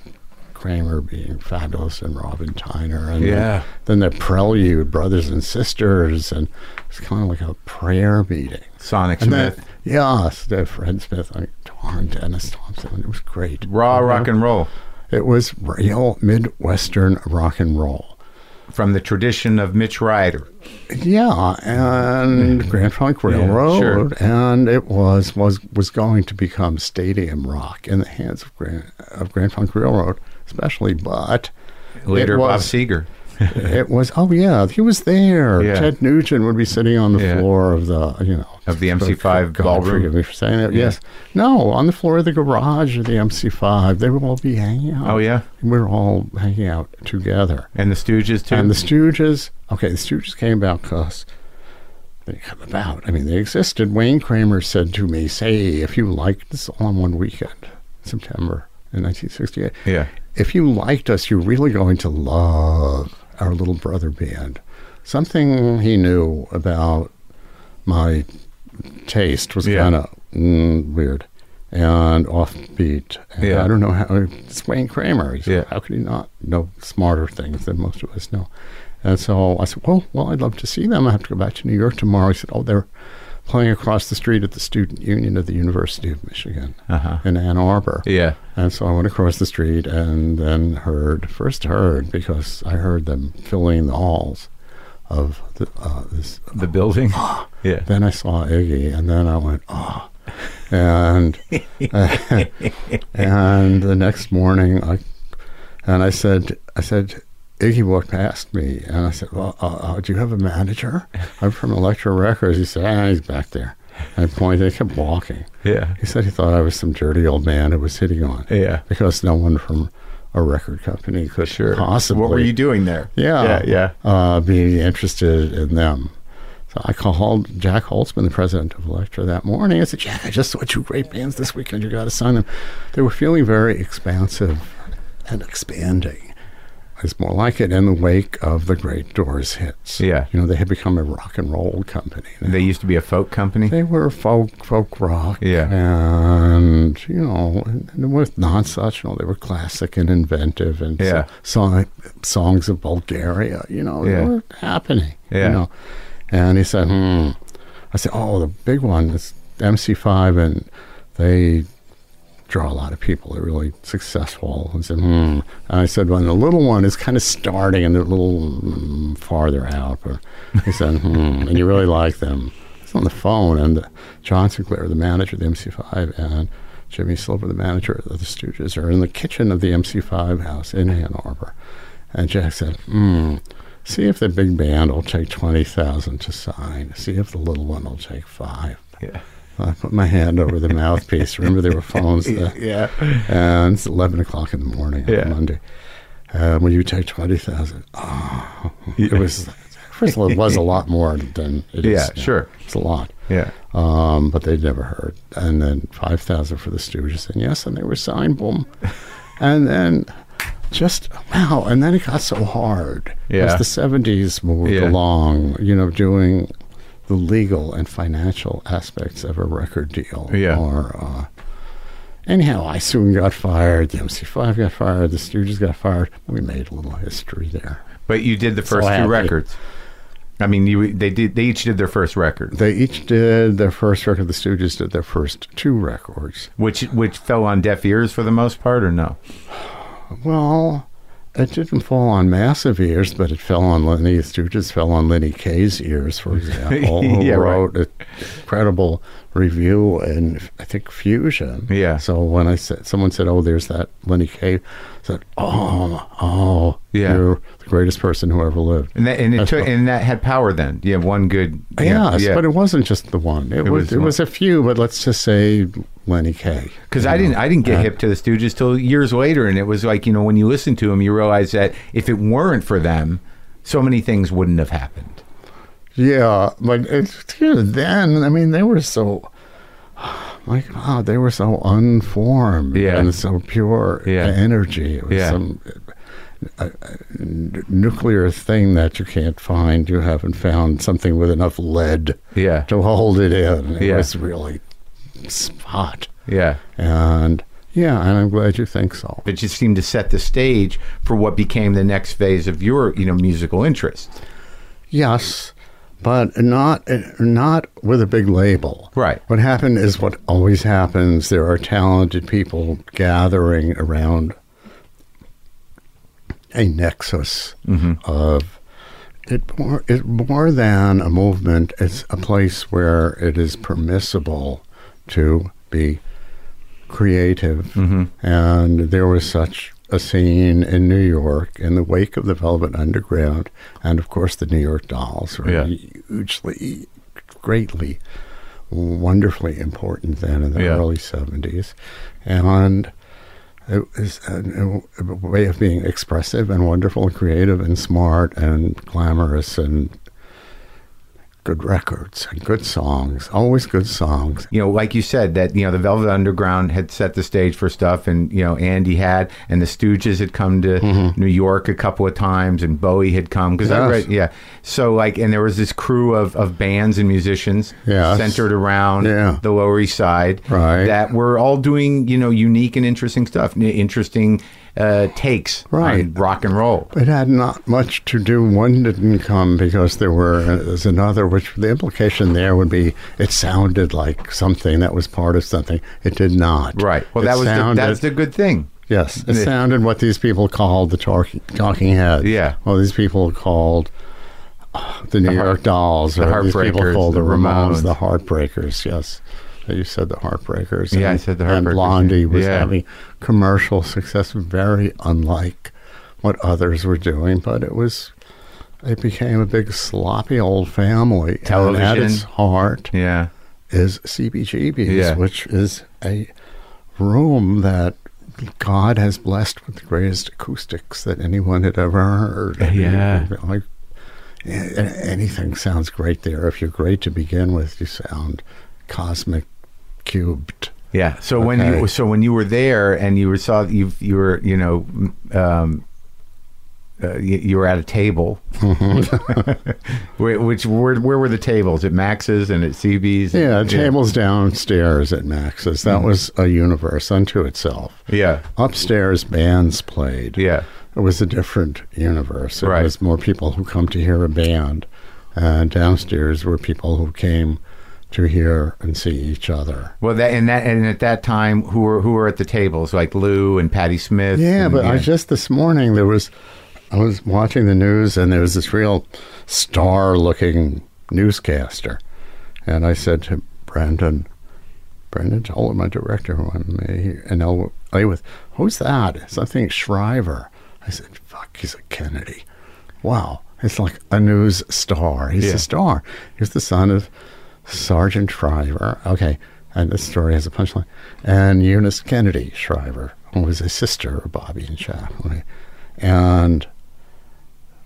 S3: Kramer being fabulous and Robin Tyner and
S1: Yeah.
S3: then, then the prelude brothers and sisters and it's kind of like a prayer meeting.
S1: Sonic
S3: And
S1: Smith.
S3: then yes, the Fred Smith, like Torn, Dennis Thompson, it was great.
S1: Raw
S3: You know?
S1: rock and roll
S3: It was real midwestern rock and roll.
S1: from the tradition of Mitch Ryder.
S3: Yeah, and Grand Trunk Railroad, and it was was was going to become stadium rock in the hands of Grand of Grand Trunk Railroad, especially. But
S1: Later,
S3: it
S1: Bob
S3: was,
S1: Seger.
S3: it was oh yeah, he was there.
S1: Yeah.
S3: Ted Nugent would be sitting on the
S1: Yeah.
S3: floor of the you know
S1: Of the MC5
S3: God
S1: ballroom.
S3: Forgive me for saying it.
S1: Yeah.
S3: Yes, no, on the floor of the garage of the MC5, they would all be hanging out.
S1: Oh, yeah.
S3: we were all hanging out together.
S1: And the Stooges, too.
S3: And the Stooges, okay, the Stooges came about because they come about. I mean, they existed. Wayne Kramer said to me, "Say, if you liked this all on one weekend, September in 1968,
S1: yeah.
S3: if you liked us, you're really going to love our little brother band." something he knew about my taste was
S1: Yeah.
S3: kind of mm, weird and offbeat. And
S1: Yeah.
S3: I don't know how. It's Wayne Kramer. He's-
S1: Yeah.
S3: How could he not know smarter things than most of us know? And so I said, "Well, well, I'd love to see them. I have to go back to New York tomorrow." He said, "Oh, they're playing across the street at the Student Union of the University of Michigan
S1: Uh-huh.
S3: in Ann Arbor."
S1: Yeah.
S3: And so I went across the street and then heard, first heard, because I heard them filling the halls of the, uh, this.
S1: The building. Yeah.
S3: Then I saw Iggy, and then I went, oh. And and the next morning, I and I said, I said, Iggy walked past me, and I said, well, uh, uh, do you have a manager? I'm from Electra Records. He said, ah, he's back there. I pointed. He kept walking.
S1: Yeah.
S3: He said he thought I was some dirty old man who was hitting on
S1: Yeah.
S3: because no one from a record company could
S1: Sure.
S3: possibly
S1: What were you doing there?
S3: yeah,
S1: Yeah. Yeah.
S3: Uh, be interested in them. So I called Jack Holtzman, the president of Electra, that morning. I said, Jack, I just saw two great bands this weekend. You got to sign them. They were feeling very expansive and expanding. It's more like it in the wake of the great Doors hits.
S1: Yeah.
S3: You know, they had become a rock and roll company.
S1: They used to be a folk company.
S3: They were folk, folk rock.
S1: Yeah.
S3: And, you know, and it was non such, you know, they were classic and inventive and
S1: Yeah.
S3: song, songs of Bulgaria, you know,
S1: Yeah.
S3: they were happening.
S1: Yeah.
S3: You know. And he said, hmm. I said, oh, the big one is MC5, and they draw a lot of people. They're really successful. I said, hmm. And I said, well, and the little one is kind of starting and they're a little mm, farther out. But he said, hmm. And you really like them. It's on the phone. And the- John Sinclair, the manager of the MC5, and Jimmy Silver, the manager of the Stooges, are in the kitchen of the MC5 house in Ann Arbor. And Jack said, hmm. See if the big band will take 20,000 to sign. See if the little one will take five.
S1: Yeah.
S3: I put my hand over the mouthpiece. Remember, there were phones. there.
S1: Yeah.
S3: And it's 11 o'clock in the morning
S1: Yeah.
S3: on Monday. Um, when you take 20,000, oh, it was, first of all, it was a lot more than it is.
S1: Yeah,
S3: now.
S1: sure.
S3: It's a lot.
S1: Yeah.
S3: Um, but they'd never heard. And then 5,000 for the Stooges. And yes, and they were signed, boom. And then just, wow. And then it got so hard.
S1: Yeah.
S3: As the 70s moved
S1: Yeah.
S3: along, you know, doing the legal and financial aspects of a record deal.
S1: Yeah.
S3: Or, uh, anyhow, I soon got fired. The MC5 got fired. The Stooges got fired. We made a little history there.
S1: But you did the first two
S3: happy.
S1: records. I mean, you they did they each did their first record,
S3: They each did their first record. The Stooges did their first two records.
S1: which which fell on deaf ears for the most part, or no?
S3: Well, it didn't fall on massive ears, but it fell on Lenny Stooges fell on Lenny Kay's ears, for example, who
S1: Yeah, right.
S3: wrote an incredible review in I think Fusion.
S1: Yeah.
S3: So when I said someone said, "Oh, there's that Lenny Kay," I said, "Oh, oh,
S1: Yeah.
S3: you're the greatest person who ever lived."
S1: And that and it
S3: That's
S1: took
S3: what-
S1: and that had power then. Yeah, one good. Yeah,
S3: yes, but it wasn't just the one. It, was,
S1: was
S3: it
S1: one.
S3: was a few, but let's just say Lenny Kay.
S1: because I didn't I didn't get hip to the Stooges till years later, and it was like you know when you listen to them, you realize that if it weren't for them, so many things wouldn't have happened.
S3: Yeah, but it's you know, then. I mean, they were so my God, they were so unformed
S1: Yeah.
S3: and so pure
S1: Yeah.
S3: energy. It was
S1: Yeah.
S3: some uh, uh, n- nuclear thing that you can't find. You haven't found something with enough lead
S1: Yeah,
S3: to hold it in. It
S1: Yeah.
S3: was really spot.
S1: yeah.
S3: And yeah, and I'm glad you think so.
S1: It just seemed to set the stage for what became the next phase of your you know musical interest.
S3: Yes, but not not with a big label.
S1: Right.
S3: What happened is what always happens. There are talented people gathering around a nexus of it more it more than a movement. It's a place where it is permissible to be creative.
S1: Mm-hmm.
S3: And there was such a scene in New York in the wake of the Velvet Underground. And of course, the New York Dolls were
S1: Yeah.
S3: hugely, greatly, wonderfully important then in the
S1: Yeah.
S3: early 70s. And it was a, a way of being expressive and wonderful and creative and smart and glamorous and good records and good songs, always good songs.
S1: you know, like you said, that you know the Velvet Underground had set the stage for stuff, and you know Andy had, and the Stooges had come to
S3: Mm-hmm.
S1: New York a couple of times, and Bowie had come because I
S3: Yes.
S1: read, yeah. So like, and there was this crew of, of bands and musicians
S3: Yes.
S1: centered around
S3: Yeah.
S1: the Lower East Side,
S3: Right.
S1: That were all doing you know unique and interesting stuff, n- interesting uh, takes
S3: Right.
S1: on rock and roll.
S3: It had not much to do. One didn't come because there were there's another, which the implication there would be it sounded like something that was part of something. It did not.
S1: Right. Well,
S3: It
S1: that was the,
S3: sounded-
S1: that's the good thing.
S3: Yes, it
S1: Yeah.
S3: sounded what these people called the talking, talking heads.
S1: Yeah.
S3: Well, these people called uh, the New York Dolls, or these people
S1: Heartbreakers,
S3: called the,
S1: the
S3: Ramones,
S1: Ramones.
S3: the Heartbreakers. Yes, you said the Heartbreakers.
S1: Yeah, I
S3: and-
S1: said the
S3: And
S1: Heartbreakers,
S3: Blondie was
S1: yeah.
S3: having commercial success, very unlike what others were doing, but it was. It became a big sloppy old family. and
S1: Television.
S3: at its heart,
S1: Yeah.
S3: is CBGB's,
S1: Yeah.
S3: which is a room that God has blessed with the greatest acoustics that anyone had ever heard.
S1: Yeah.
S3: Like, a- a- anything sounds great there. If you're great to begin with, you sound cosmic cubed.
S1: Yeah. So when you
S3: Okay.
S1: so when you were there and you were saw you you were you know um, uh, you, you were at a table, Where-
S3: Mm-hmm.
S1: which where where were the tables at Max's and at CB's?
S3: Yeah, tables downstairs at Max's.
S1: Mm.
S3: That was a universe unto itself.
S1: Yeah.
S3: Upstairs, bands played.
S1: Yeah.
S3: it was a different universe. It
S1: Right.
S3: was more people who come to hear a band, and downstairs were people who came to hear and see each other.
S1: Well, that and that and at that time, who were who were at the tables like Lou and Patty Smith?
S3: Yeah,
S1: and-
S3: but I just this morning there was, I was watching the news and there was this real star-looking newscaster, and I said to Brandon, Brandon told my director who I'm uh, in LA with, who's that? Something Shriver. I said, fuck, he's a Kennedy. Wow, it's like a news star. He's
S1: Yeah.
S3: a star. He's the son of Sergeant Shriver. Okay, and this story has a punchline. And Eunice Kennedy Shriver, who was a sister of Bobby and Shaq. right? And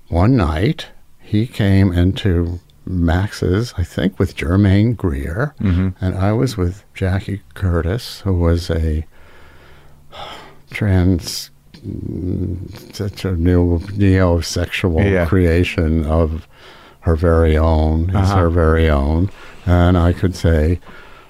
S3: one night he came into Max's, I think, with Jermaine Greer,
S1: Mm-hmm.
S3: and I was with Jackie Curtis, who was a trans, mm, such a new neosexual
S1: Yeah.
S3: creation of her very own, is
S1: Uh-huh.
S3: her very own, and I could say.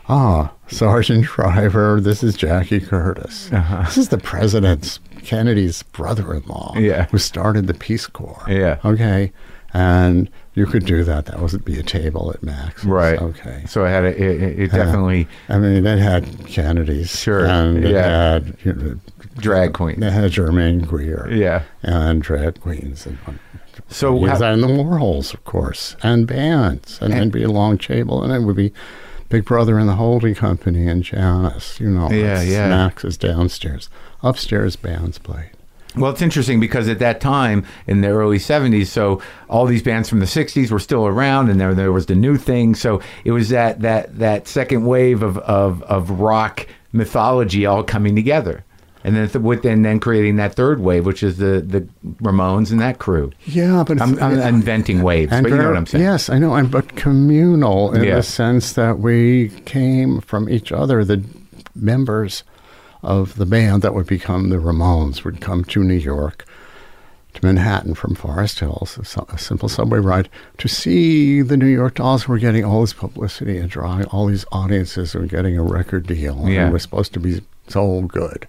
S3: Ah, Sergeant Shriver, this is Jackie Curtis.
S1: Uh-huh.
S3: This is the president's, Kennedy's brother in law,
S1: Yeah.
S3: who started the Peace Corps.
S1: Yeah.
S3: Okay. And you could do that. That would be a table at max.
S1: right.
S3: Okay.
S1: So I had a, it, it- it definitely
S3: I mean, it had Kennedy's.
S1: Sure,
S3: And it
S1: yeah.
S3: had, you know,
S1: drag queen.
S3: it had Jermaine Greer.
S1: Yeah.
S3: And drag queens. And, one-
S1: So
S3: yeah,
S1: how-
S3: that and the Warhols, of course, and bands. And it'd be a long table. And it would be Big Brother and the Holding Company and Janice, you know.
S1: Yeah,
S3: it's
S1: yeah.
S3: Max's downstairs. Upstairs, bands played.
S1: Well, it's interesting because at that time in the early 70s, so all these bands from the 60s were still around and there, there was the new thing. So it was that, that, that second wave of, of, of rock mythology all coming together. And then, th- with, and then creating that third wave, which is the, the Ramones and that crew.
S3: Yeah, but
S1: I'm, I'm inventing waves, but you know
S3: very-
S1: what I'm saying.
S3: Yes, I know. And but communal in
S1: Yeah.
S3: the sense that we came from each other. The members of the band that would become the Ramones would come to New York, to Manhattan from Forest Hills, a, su- a simple subway ride, to see the New York Dolls who were getting all this publicity and drawing all these audiences who were getting a record deal.
S1: Yeah.
S3: And were supposed to be so good.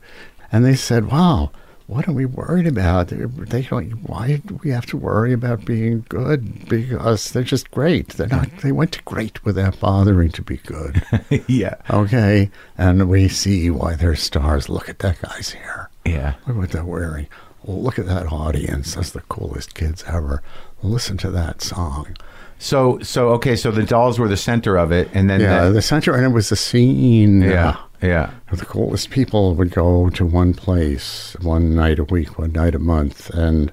S3: And they said, wow, what are we worried about? They, they don't, why do we have to worry about being good? Because they're just great. They're not, they went to great without bothering to be good.
S1: yeah.
S3: okay. And we see why they're stars. Look at that guy's hair.
S1: Yeah.
S3: Look what they're wearing. Look at that audience. That's the coolest kids ever. Listen to that song.
S1: So, so, okay. So the dolls were the center of it. And then,
S3: Yeah,
S1: that-
S3: the center, and it was the scene. uh,
S1: yeah. Yeah.
S3: The coolest people would go to one place one night a week, one night a month, and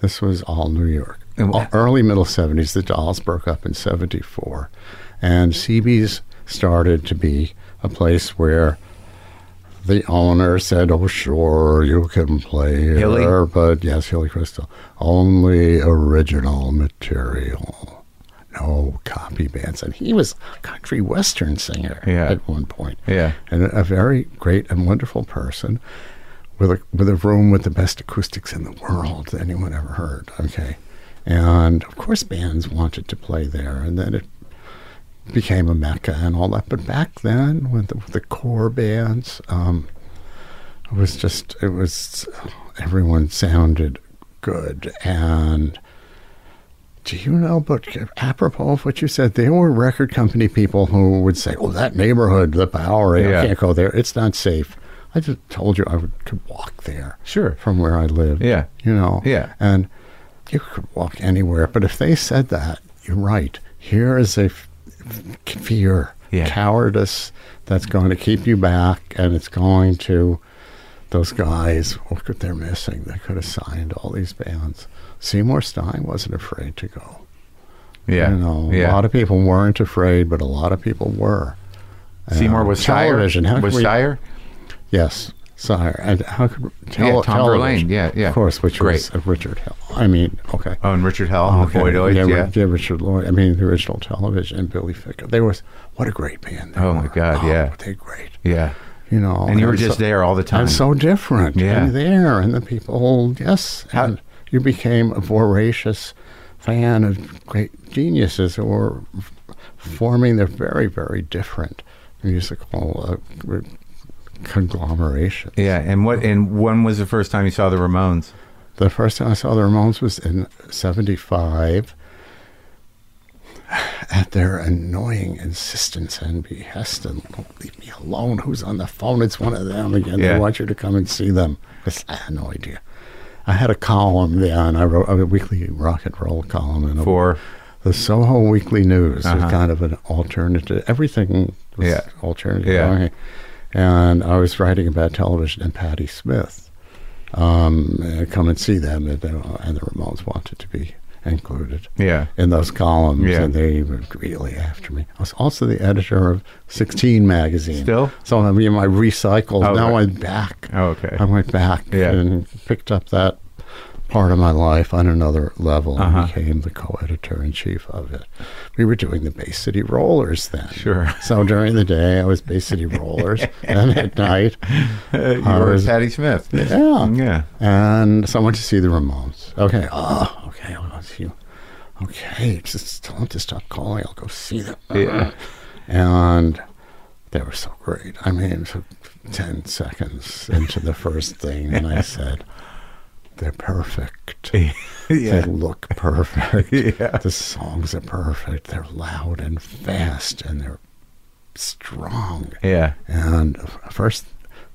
S3: this was all New York. Uh,
S1: And wha-
S3: Early middle 70s, the Dolls broke up in 74, and CB's started to be a place where the owner said, Oh, sure, you can play
S1: Hilly?
S3: here, but yes, Hilly Crystal, only original material. no copy bands. And he was a country western singer
S1: Yeah.
S3: at one point.
S1: Yeah.
S3: And a very great and wonderful person with a, with a room with the best acoustics in the world that anyone ever heard. Okay. And of course, bands wanted to play there. And then it became a mecca and all that. But back then, when the, the core bands, um, it was just, it was, everyone sounded good. And do you know, but apropos of what you said, there were record company people who would say, oh, that neighborhood, the Bowery,
S1: Yeah.
S3: I can't go there. It's not safe. I just told you I would, could walk there
S1: Sure.
S3: from where I live.
S1: Yeah.
S3: You know?
S1: Yeah.
S3: And you could walk anywhere. But if they said that, you're right. Here is a f- f- fear,
S1: Yeah.
S3: cowardice that's going to keep you back and it's going to. Those guys, look what they're missing. They could have signed all these bands. Seymour Stein wasn't afraid to go.
S1: Yeah.
S3: You know,
S1: yeah.
S3: a lot of people weren't afraid, but a lot of people were.
S1: Seymour was
S3: television. How
S1: Sire.
S3: could
S1: Was
S3: we-
S1: Sire?
S3: Yes, sire. And how could tell,
S1: Yeah, Tom Verlaine.
S3: television,
S1: Yeah, yeah.
S3: Of course, which
S1: Great.
S3: was uh, Richard Hill. I mean, okay.
S1: Oh, and Richard Hell.
S3: Okay.
S1: Boyd Oates,
S3: yeah,
S1: Yeah.
S3: Ri- yeah, Richard Lloyd. I mean, the original television and Billy Ficker. They was what a great band. they
S1: Oh, my
S3: were.
S1: God,
S3: Oh,
S1: yeah.
S3: were they great.
S1: Yeah.
S3: You know,
S1: And you were
S3: so-
S1: just there all the time.
S3: And so different.
S1: Yeah.
S3: And there, and the people. Yes,
S1: How-
S3: and you became a voracious fan of great geniuses who were f- forming their very, very different musical uh, re- conglomeration.
S1: yeah. And what? And when was the first time you saw the Ramones?
S3: The first time I saw the Ramones was in '75. At their annoying insistence and behest, and "Don't leave me alone. Who's on the phone? It's one of them again.
S1: Yeah.
S3: They want you to come and see them. I s- I had no idea. I had a column then. I wrote a weekly rock and roll column and a-
S1: For
S3: the Soho Weekly News
S1: Uh-huh.
S3: was kind of an alternative. Everything was
S1: Yeah.
S3: alternative.
S1: Yeah.
S3: Okay. And I was writing about television and Patti Smith. Um, and come and see them, and, they- and the Ramones wanted to be included
S1: yeah.
S3: in those columns,
S1: Yeah.
S3: and they were really after me. I was also the editor of 16 magazine.
S1: Still?
S3: So I mean, I recycled.
S1: Oh,
S3: now
S1: right.
S3: I'm back.
S1: Oh, okay.
S3: I went back
S1: Yeah.
S3: and picked up that part of my life on another level
S1: Uh-huh.
S3: and became the co-editor in chief of it. We were doing the Bay City Rollers then.
S1: Sure.
S3: So during the day, I was Bay City Rollers, and at night,
S1: you
S3: I
S1: were
S3: was-
S1: Patti Smith.
S3: yeah,
S1: Yeah.
S3: and so I went to see the Ramones. Okay. Oh, okay. I'll go see you. Okay. Just tell them to stop calling. I'll go see them.
S1: Yeah.
S3: And they were so great. I mean, so 10 seconds into the first thing, and I said, they're perfect. They
S1: yeah.
S3: look perfect.
S1: Yeah.
S3: The songs are perfect. They're loud and fast, and they're strong.
S1: Yeah.
S3: And the f- first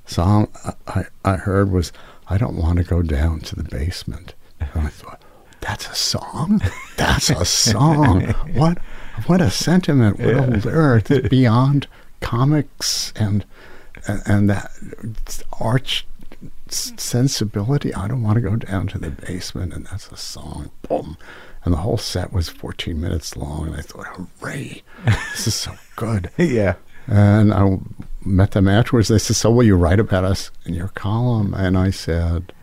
S3: song I, I heard was "I Don't Want to Go Down to the Basement," and I thought, "That's a song. That's a song. what, what a sentiment. What a lyric. It's beyond comics and and, and that arch s- sensibility. I don't want to go down to the basement, and that's a song. Boom. And the whole set was 14 minutes long, and I thought, hooray, this is so good.
S1: Yeah.
S3: And I met them afterwards. They said, So will you write about us in your column? And I said,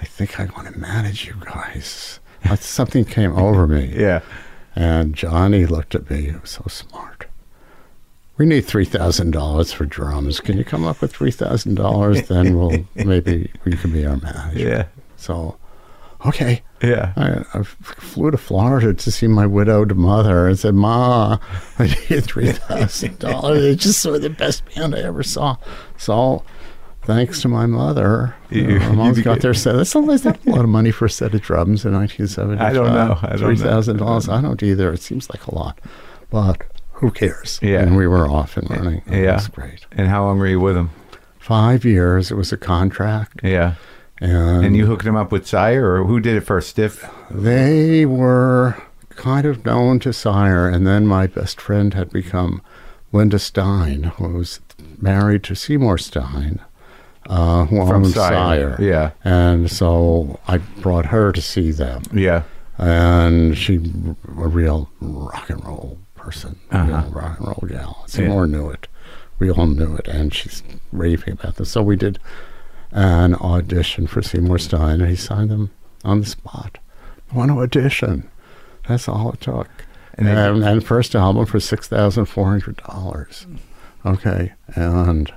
S3: I think I want to manage you guys. I- Something came over me.
S1: Yeah.
S3: And Johnny looked at me. He was so smart. We need $3,000 for drums. Can you come up with $3,000? then we'll maybe you can be our manager.
S1: Yeah.
S3: So, okay.
S1: Yeah.
S3: I, I f- flew to Florida to see my widowed mother and said, Ma, I need $3,000. They just were the best band I ever saw. So, thanks to my mother,
S1: You-
S3: you know, my
S1: you
S3: mom's
S1: became-
S3: got their set. That's a, that's not a lot of money for a set of drums in 1975.
S1: I don't know. I don't know.
S3: $3,000. I don't either. It seems like a lot. But who cares?
S1: Yeah.
S3: And we were off and running. It
S1: Yeah.
S3: was great.
S1: And how long were you with him?
S3: Five years. It was a contract.
S1: Yeah.
S3: And,
S1: And you hooked him up with Sire, or who did it first? Stiff.
S3: They were kind of known to Sire, and then my best friend had become Linda Stein, who was married to Seymour Stein, uh, who owned Sire.
S1: Yeah.
S3: And so I brought her to see them,
S1: Yeah.
S3: and she a real rock and roll person, a real
S1: Uh-huh.
S3: rock and roll gal. Seymour knew it. We all knew it, and she's raving about this. So we did an audition for Seymour Stein, and he signed them on the spot. Want to audition? That's all it took.
S1: And they-
S3: and, and first album for six thousand four hundred dollars. Okay, and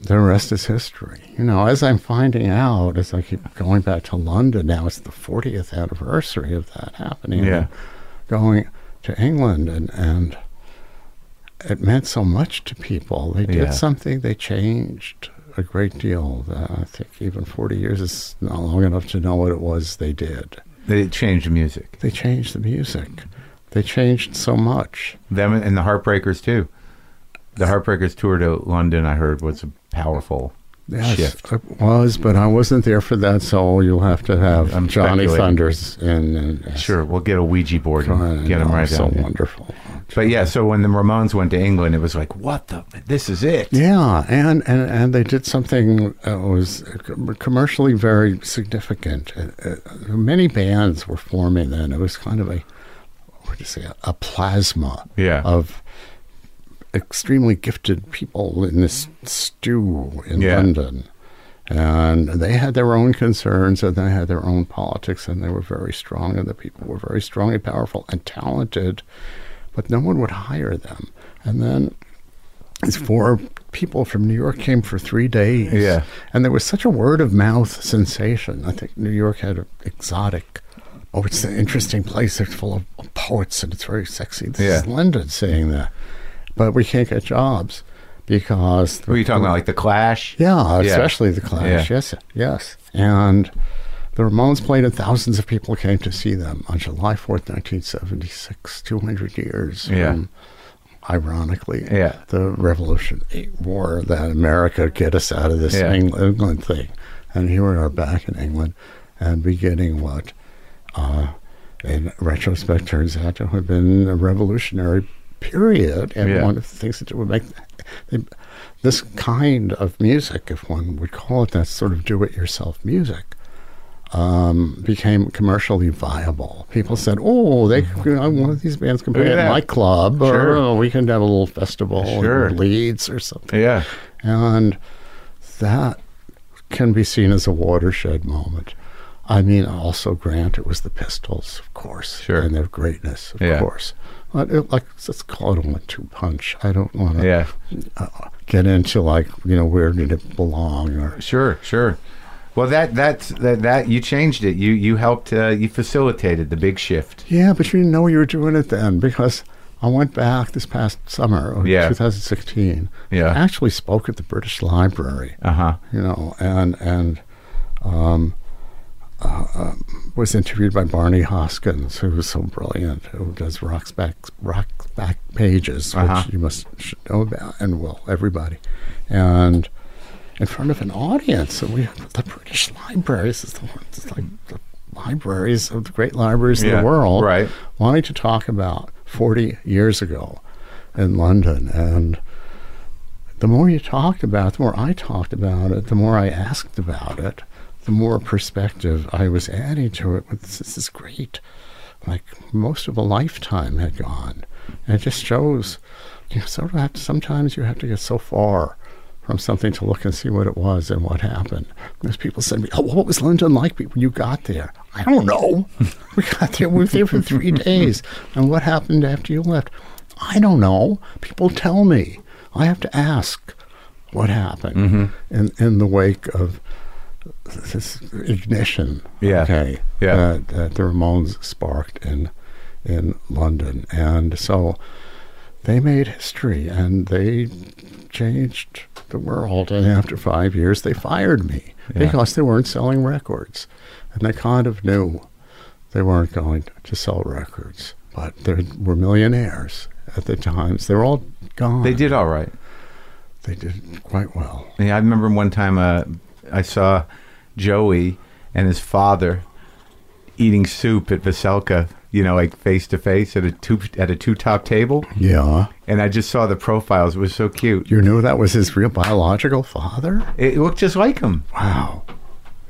S3: the rest is history. You know, as I'm finding out, as I keep going back to London now, it's the fortieth anniversary of that happening.
S1: Yeah.
S3: going to England and and it meant so much to people. They did
S1: Yeah.
S3: something. They changed a great deal. That I think even forty years is not long enough to know what it was they did
S1: they changed music.
S3: they changed the music. They changed so much.
S1: Them and the Heartbreakers too. The Heartbreakers tour to London, I heard, was a powerful
S3: Yes,
S1: shift.
S3: it was, but I wasn't there for that, so you'll have to have
S1: I'm
S3: Johnny
S1: speculating.
S3: Thunders in. And
S1: Sure, we'll get a Ouija board and
S3: Fine,
S1: get them
S3: oh,
S1: right
S3: So
S1: down. there.
S3: wonderful.
S1: But yeah, so when the Ramones went to England, it was like, what the? This is it.
S3: Yeah, and, and, and they did something that was commercially very significant. Uh, uh, Many bands were forming then. It was kind of a, what do you say, a plasma
S1: Yeah.
S3: of extremely gifted people in this stew in
S1: Yeah.
S3: London. And they had their own concerns and they had their own politics, and they were very strong, and the people were very strong and powerful and talented, but no one would hire them. And then these four people from New York came for three days.
S1: Yeah.
S3: And there was such a word of mouth sensation. I think New York had an exotic, oh, it's an interesting place. It's full of poets and it's very sexy. This is
S1: Yeah.
S3: London saying that. But we can't get jobs because.
S1: What are you talking about? Like the Clash?
S3: Yeah, especially the Clash.
S1: Yeah.
S3: Yes, yes. And the Ramones played, and thousands of people came to see them on July 4th, 1976, 200 years
S1: Yeah.
S3: from, ironically,
S1: Yeah.
S3: the Revolutionary War that America get us out of this
S1: Yeah.
S3: Eng- England thing. And here we are back in England and beginning what, uh, in retrospect, turns out to have been a revolutionary period. And
S1: Yeah.
S3: one of the things that would make they, this kind of music, if one would call it that sort of do it yourself music, um, became commercially viable. People said, "Oh, they I one of these bands can
S1: Look
S3: play
S1: at
S3: at
S1: that.
S3: my club,
S1: Sure.
S3: or oh, we can have a little festival
S1: Sure.
S3: in Leeds or something."
S1: Yeah.
S3: And that can be seen as a watershed moment. I mean, also, Grant, it was the Pistols, of course,
S1: Sure.
S3: and their greatness, of
S1: Yeah.
S3: course. But it, like, let's call it a one-two punch. I don't want to
S1: Yeah.
S3: uh, get into like you know where did it belong or
S1: Sure, sure. Well, that that's that that you changed it. You you helped. Uh, you facilitated the big shift.
S3: Yeah, but you didn't know you were doing it then because I went back this past summer, of
S1: Yeah.
S3: 2016.
S1: Yeah.
S3: I actually spoke at the British Library,
S1: Uh huh.
S3: you know, and and um, uh, uh, was interviewed by Barney Hoskins, who was so brilliant, who does Rock's Back, rock back Pages,
S1: Uh-huh.
S3: which you must should know about, and will everybody, and. In front of an audience, and we have the British libraries is the one, it's like the libraries of the great libraries in
S1: Yeah,
S3: the world,
S1: right.
S3: wanting to talk about 40 years ago in London. And the more you talked about it, the more I talked about it, the more I asked about it, the more perspective I was adding to it. But This, this is great. Like most of a lifetime had gone. And it just shows you sort of have to, sometimes you have to get so far from something to look and see what it was and what happened. There's people said to me, Oh, what was London like when you got there? I don't know. we got there, we were there for three days. And what happened after you left? I don't know. People tell me. I have to ask what happened
S1: Mm-hmm.
S3: in, in the wake of this ignition.
S1: Yeah.
S3: Okay.
S1: Yeah.
S3: That, that the Ramones sparked in in London. And so they made history and they changed the world. And after five years, they fired me
S1: Yeah.
S3: because they weren't selling records. And they kind of knew they weren't going to sell records, but they were millionaires at the times. They were all gone.
S1: They did all right.
S3: They did quite well.
S1: Yeah, I remember one time uh, I saw Joey and his father eating soup at Veselka. You know, like face to face at a two at a two top table,
S3: Yeah.
S1: and I just saw the profiles. It was so cute.
S3: You knew that was his real biological father?
S1: It looked just like him.
S3: Wow.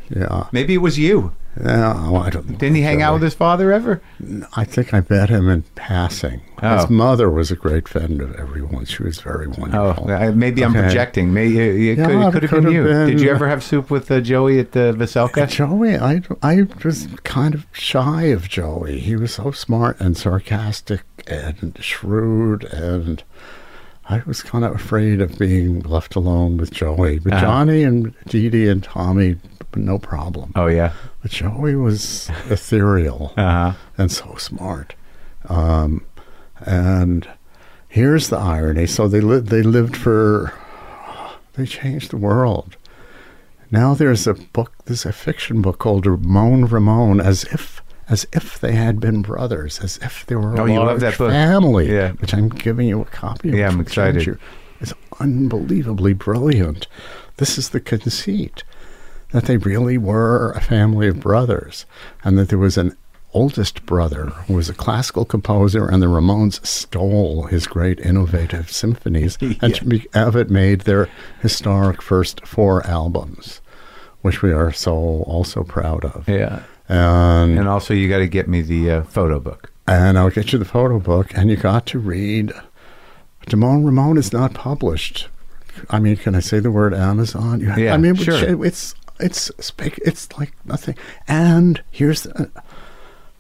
S3: Yeah.
S1: Maybe it was you.
S3: No, I don't.
S1: Didn't he hang out with his father ever?
S3: I think I met him in passing.
S1: Oh.
S3: His mother was a great friend of everyone. She was very wonderful.
S1: Oh, I- maybe I'm
S3: Okay.
S1: projecting. Maybe it,
S3: Yeah,
S1: could,
S3: it
S1: it could have been
S3: could have
S1: you. Did
S3: been-
S1: you ever have soup with uh, Joey at the Veselka?
S3: Joey, I, I was kind of shy of Joey. He was so smart and sarcastic and shrewd, and I was kind of afraid of being left alone with Joey. But
S1: Uh-huh.
S3: Johnny and Dee Dee and Tommy, no problem.
S1: Oh yeah.
S3: But Joey was ethereal
S1: Uh huh.
S3: and so smart. Um, and here's the irony: so they li- they lived for, they changed the world. Now there's a book, there's a fiction book called Ramon Ramon, as if as if they had been brothers, as if they were a
S1: Oh, you love
S3: large
S1: that book.
S3: family.
S1: Yeah.
S3: which I'm giving you a copy. of,
S1: Yeah, I'm
S3: which will change
S1: excited.
S3: you. It's unbelievably brilliant. This is the conceit that they really were a family of brothers and that there was an oldest brother who was a classical composer and the Ramones stole his great innovative symphonies and to be- have it made their historic first four albums which we are so also proud of
S1: Yeah.
S3: and
S1: And also, you got to get me the uh, photo book.
S3: and I'll get you the photo book, and you got to read. Damon Ramon is not published. I mean, can I say the word Amazon? You have,
S1: Yeah,
S3: I mean,
S1: sure.
S3: it's it's spec- it's like nothing. And here's the,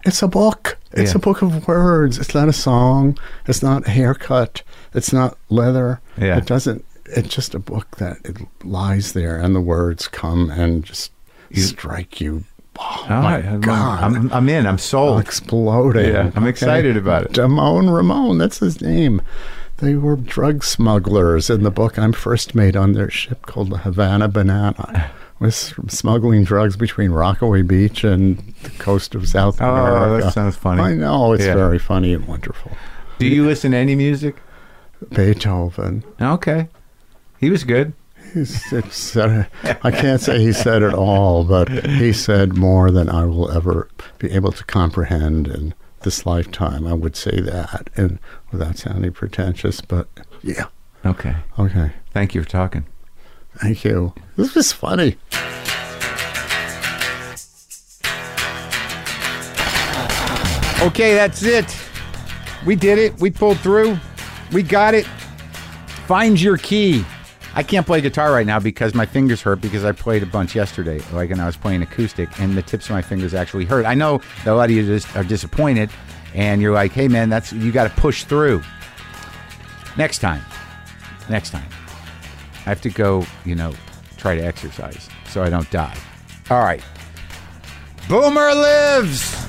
S3: it's a book. It's
S1: Yeah.
S3: a book of words. It's not a song. It's not a haircut. It's not leather.
S1: Yeah.
S3: It doesn't. It's just a book that it lies there, and the words come and just strike you. Oh,
S1: All
S3: my
S1: right, I'm-
S3: God!
S1: I'm, I'm in. I'm
S3: Oh,
S1: sold.
S3: exploding.
S1: Yeah, I'm excited about it.
S3: Damon Ramon, that's his name. They were drug smugglers in the book I'm first made on their ship called the Havana Banana. Was smuggling drugs between Rockaway Beach and the coast of South
S1: Oh, that
S3: America.
S1: sounds funny.
S3: I know it's
S1: Yeah.
S3: very funny and wonderful.
S1: Do you listen to any music?
S3: Beethoven.
S1: Okay. He was good.
S3: He's, it's, uh, I can't say he said it all, but he said more than I will ever be able to comprehend in this lifetime. I would say that, and without sounding pretentious, but yeah,
S1: Okay.
S3: okay,
S1: Thank you for talking.
S3: thank you. This was funny.
S1: Okay, that's it. We did it. We pulled through. We got it. Find your key. I can't play guitar right now because my fingers hurt because I played a bunch yesterday, like and I was playing acoustic, and the tips of my fingers actually hurt. I know that a lot of you just are disappointed, and you're like, "Hey, man, that's you got to push through." Next time, next time, I have to go. You know, try to exercise so I don't die. All right, Boomer lives.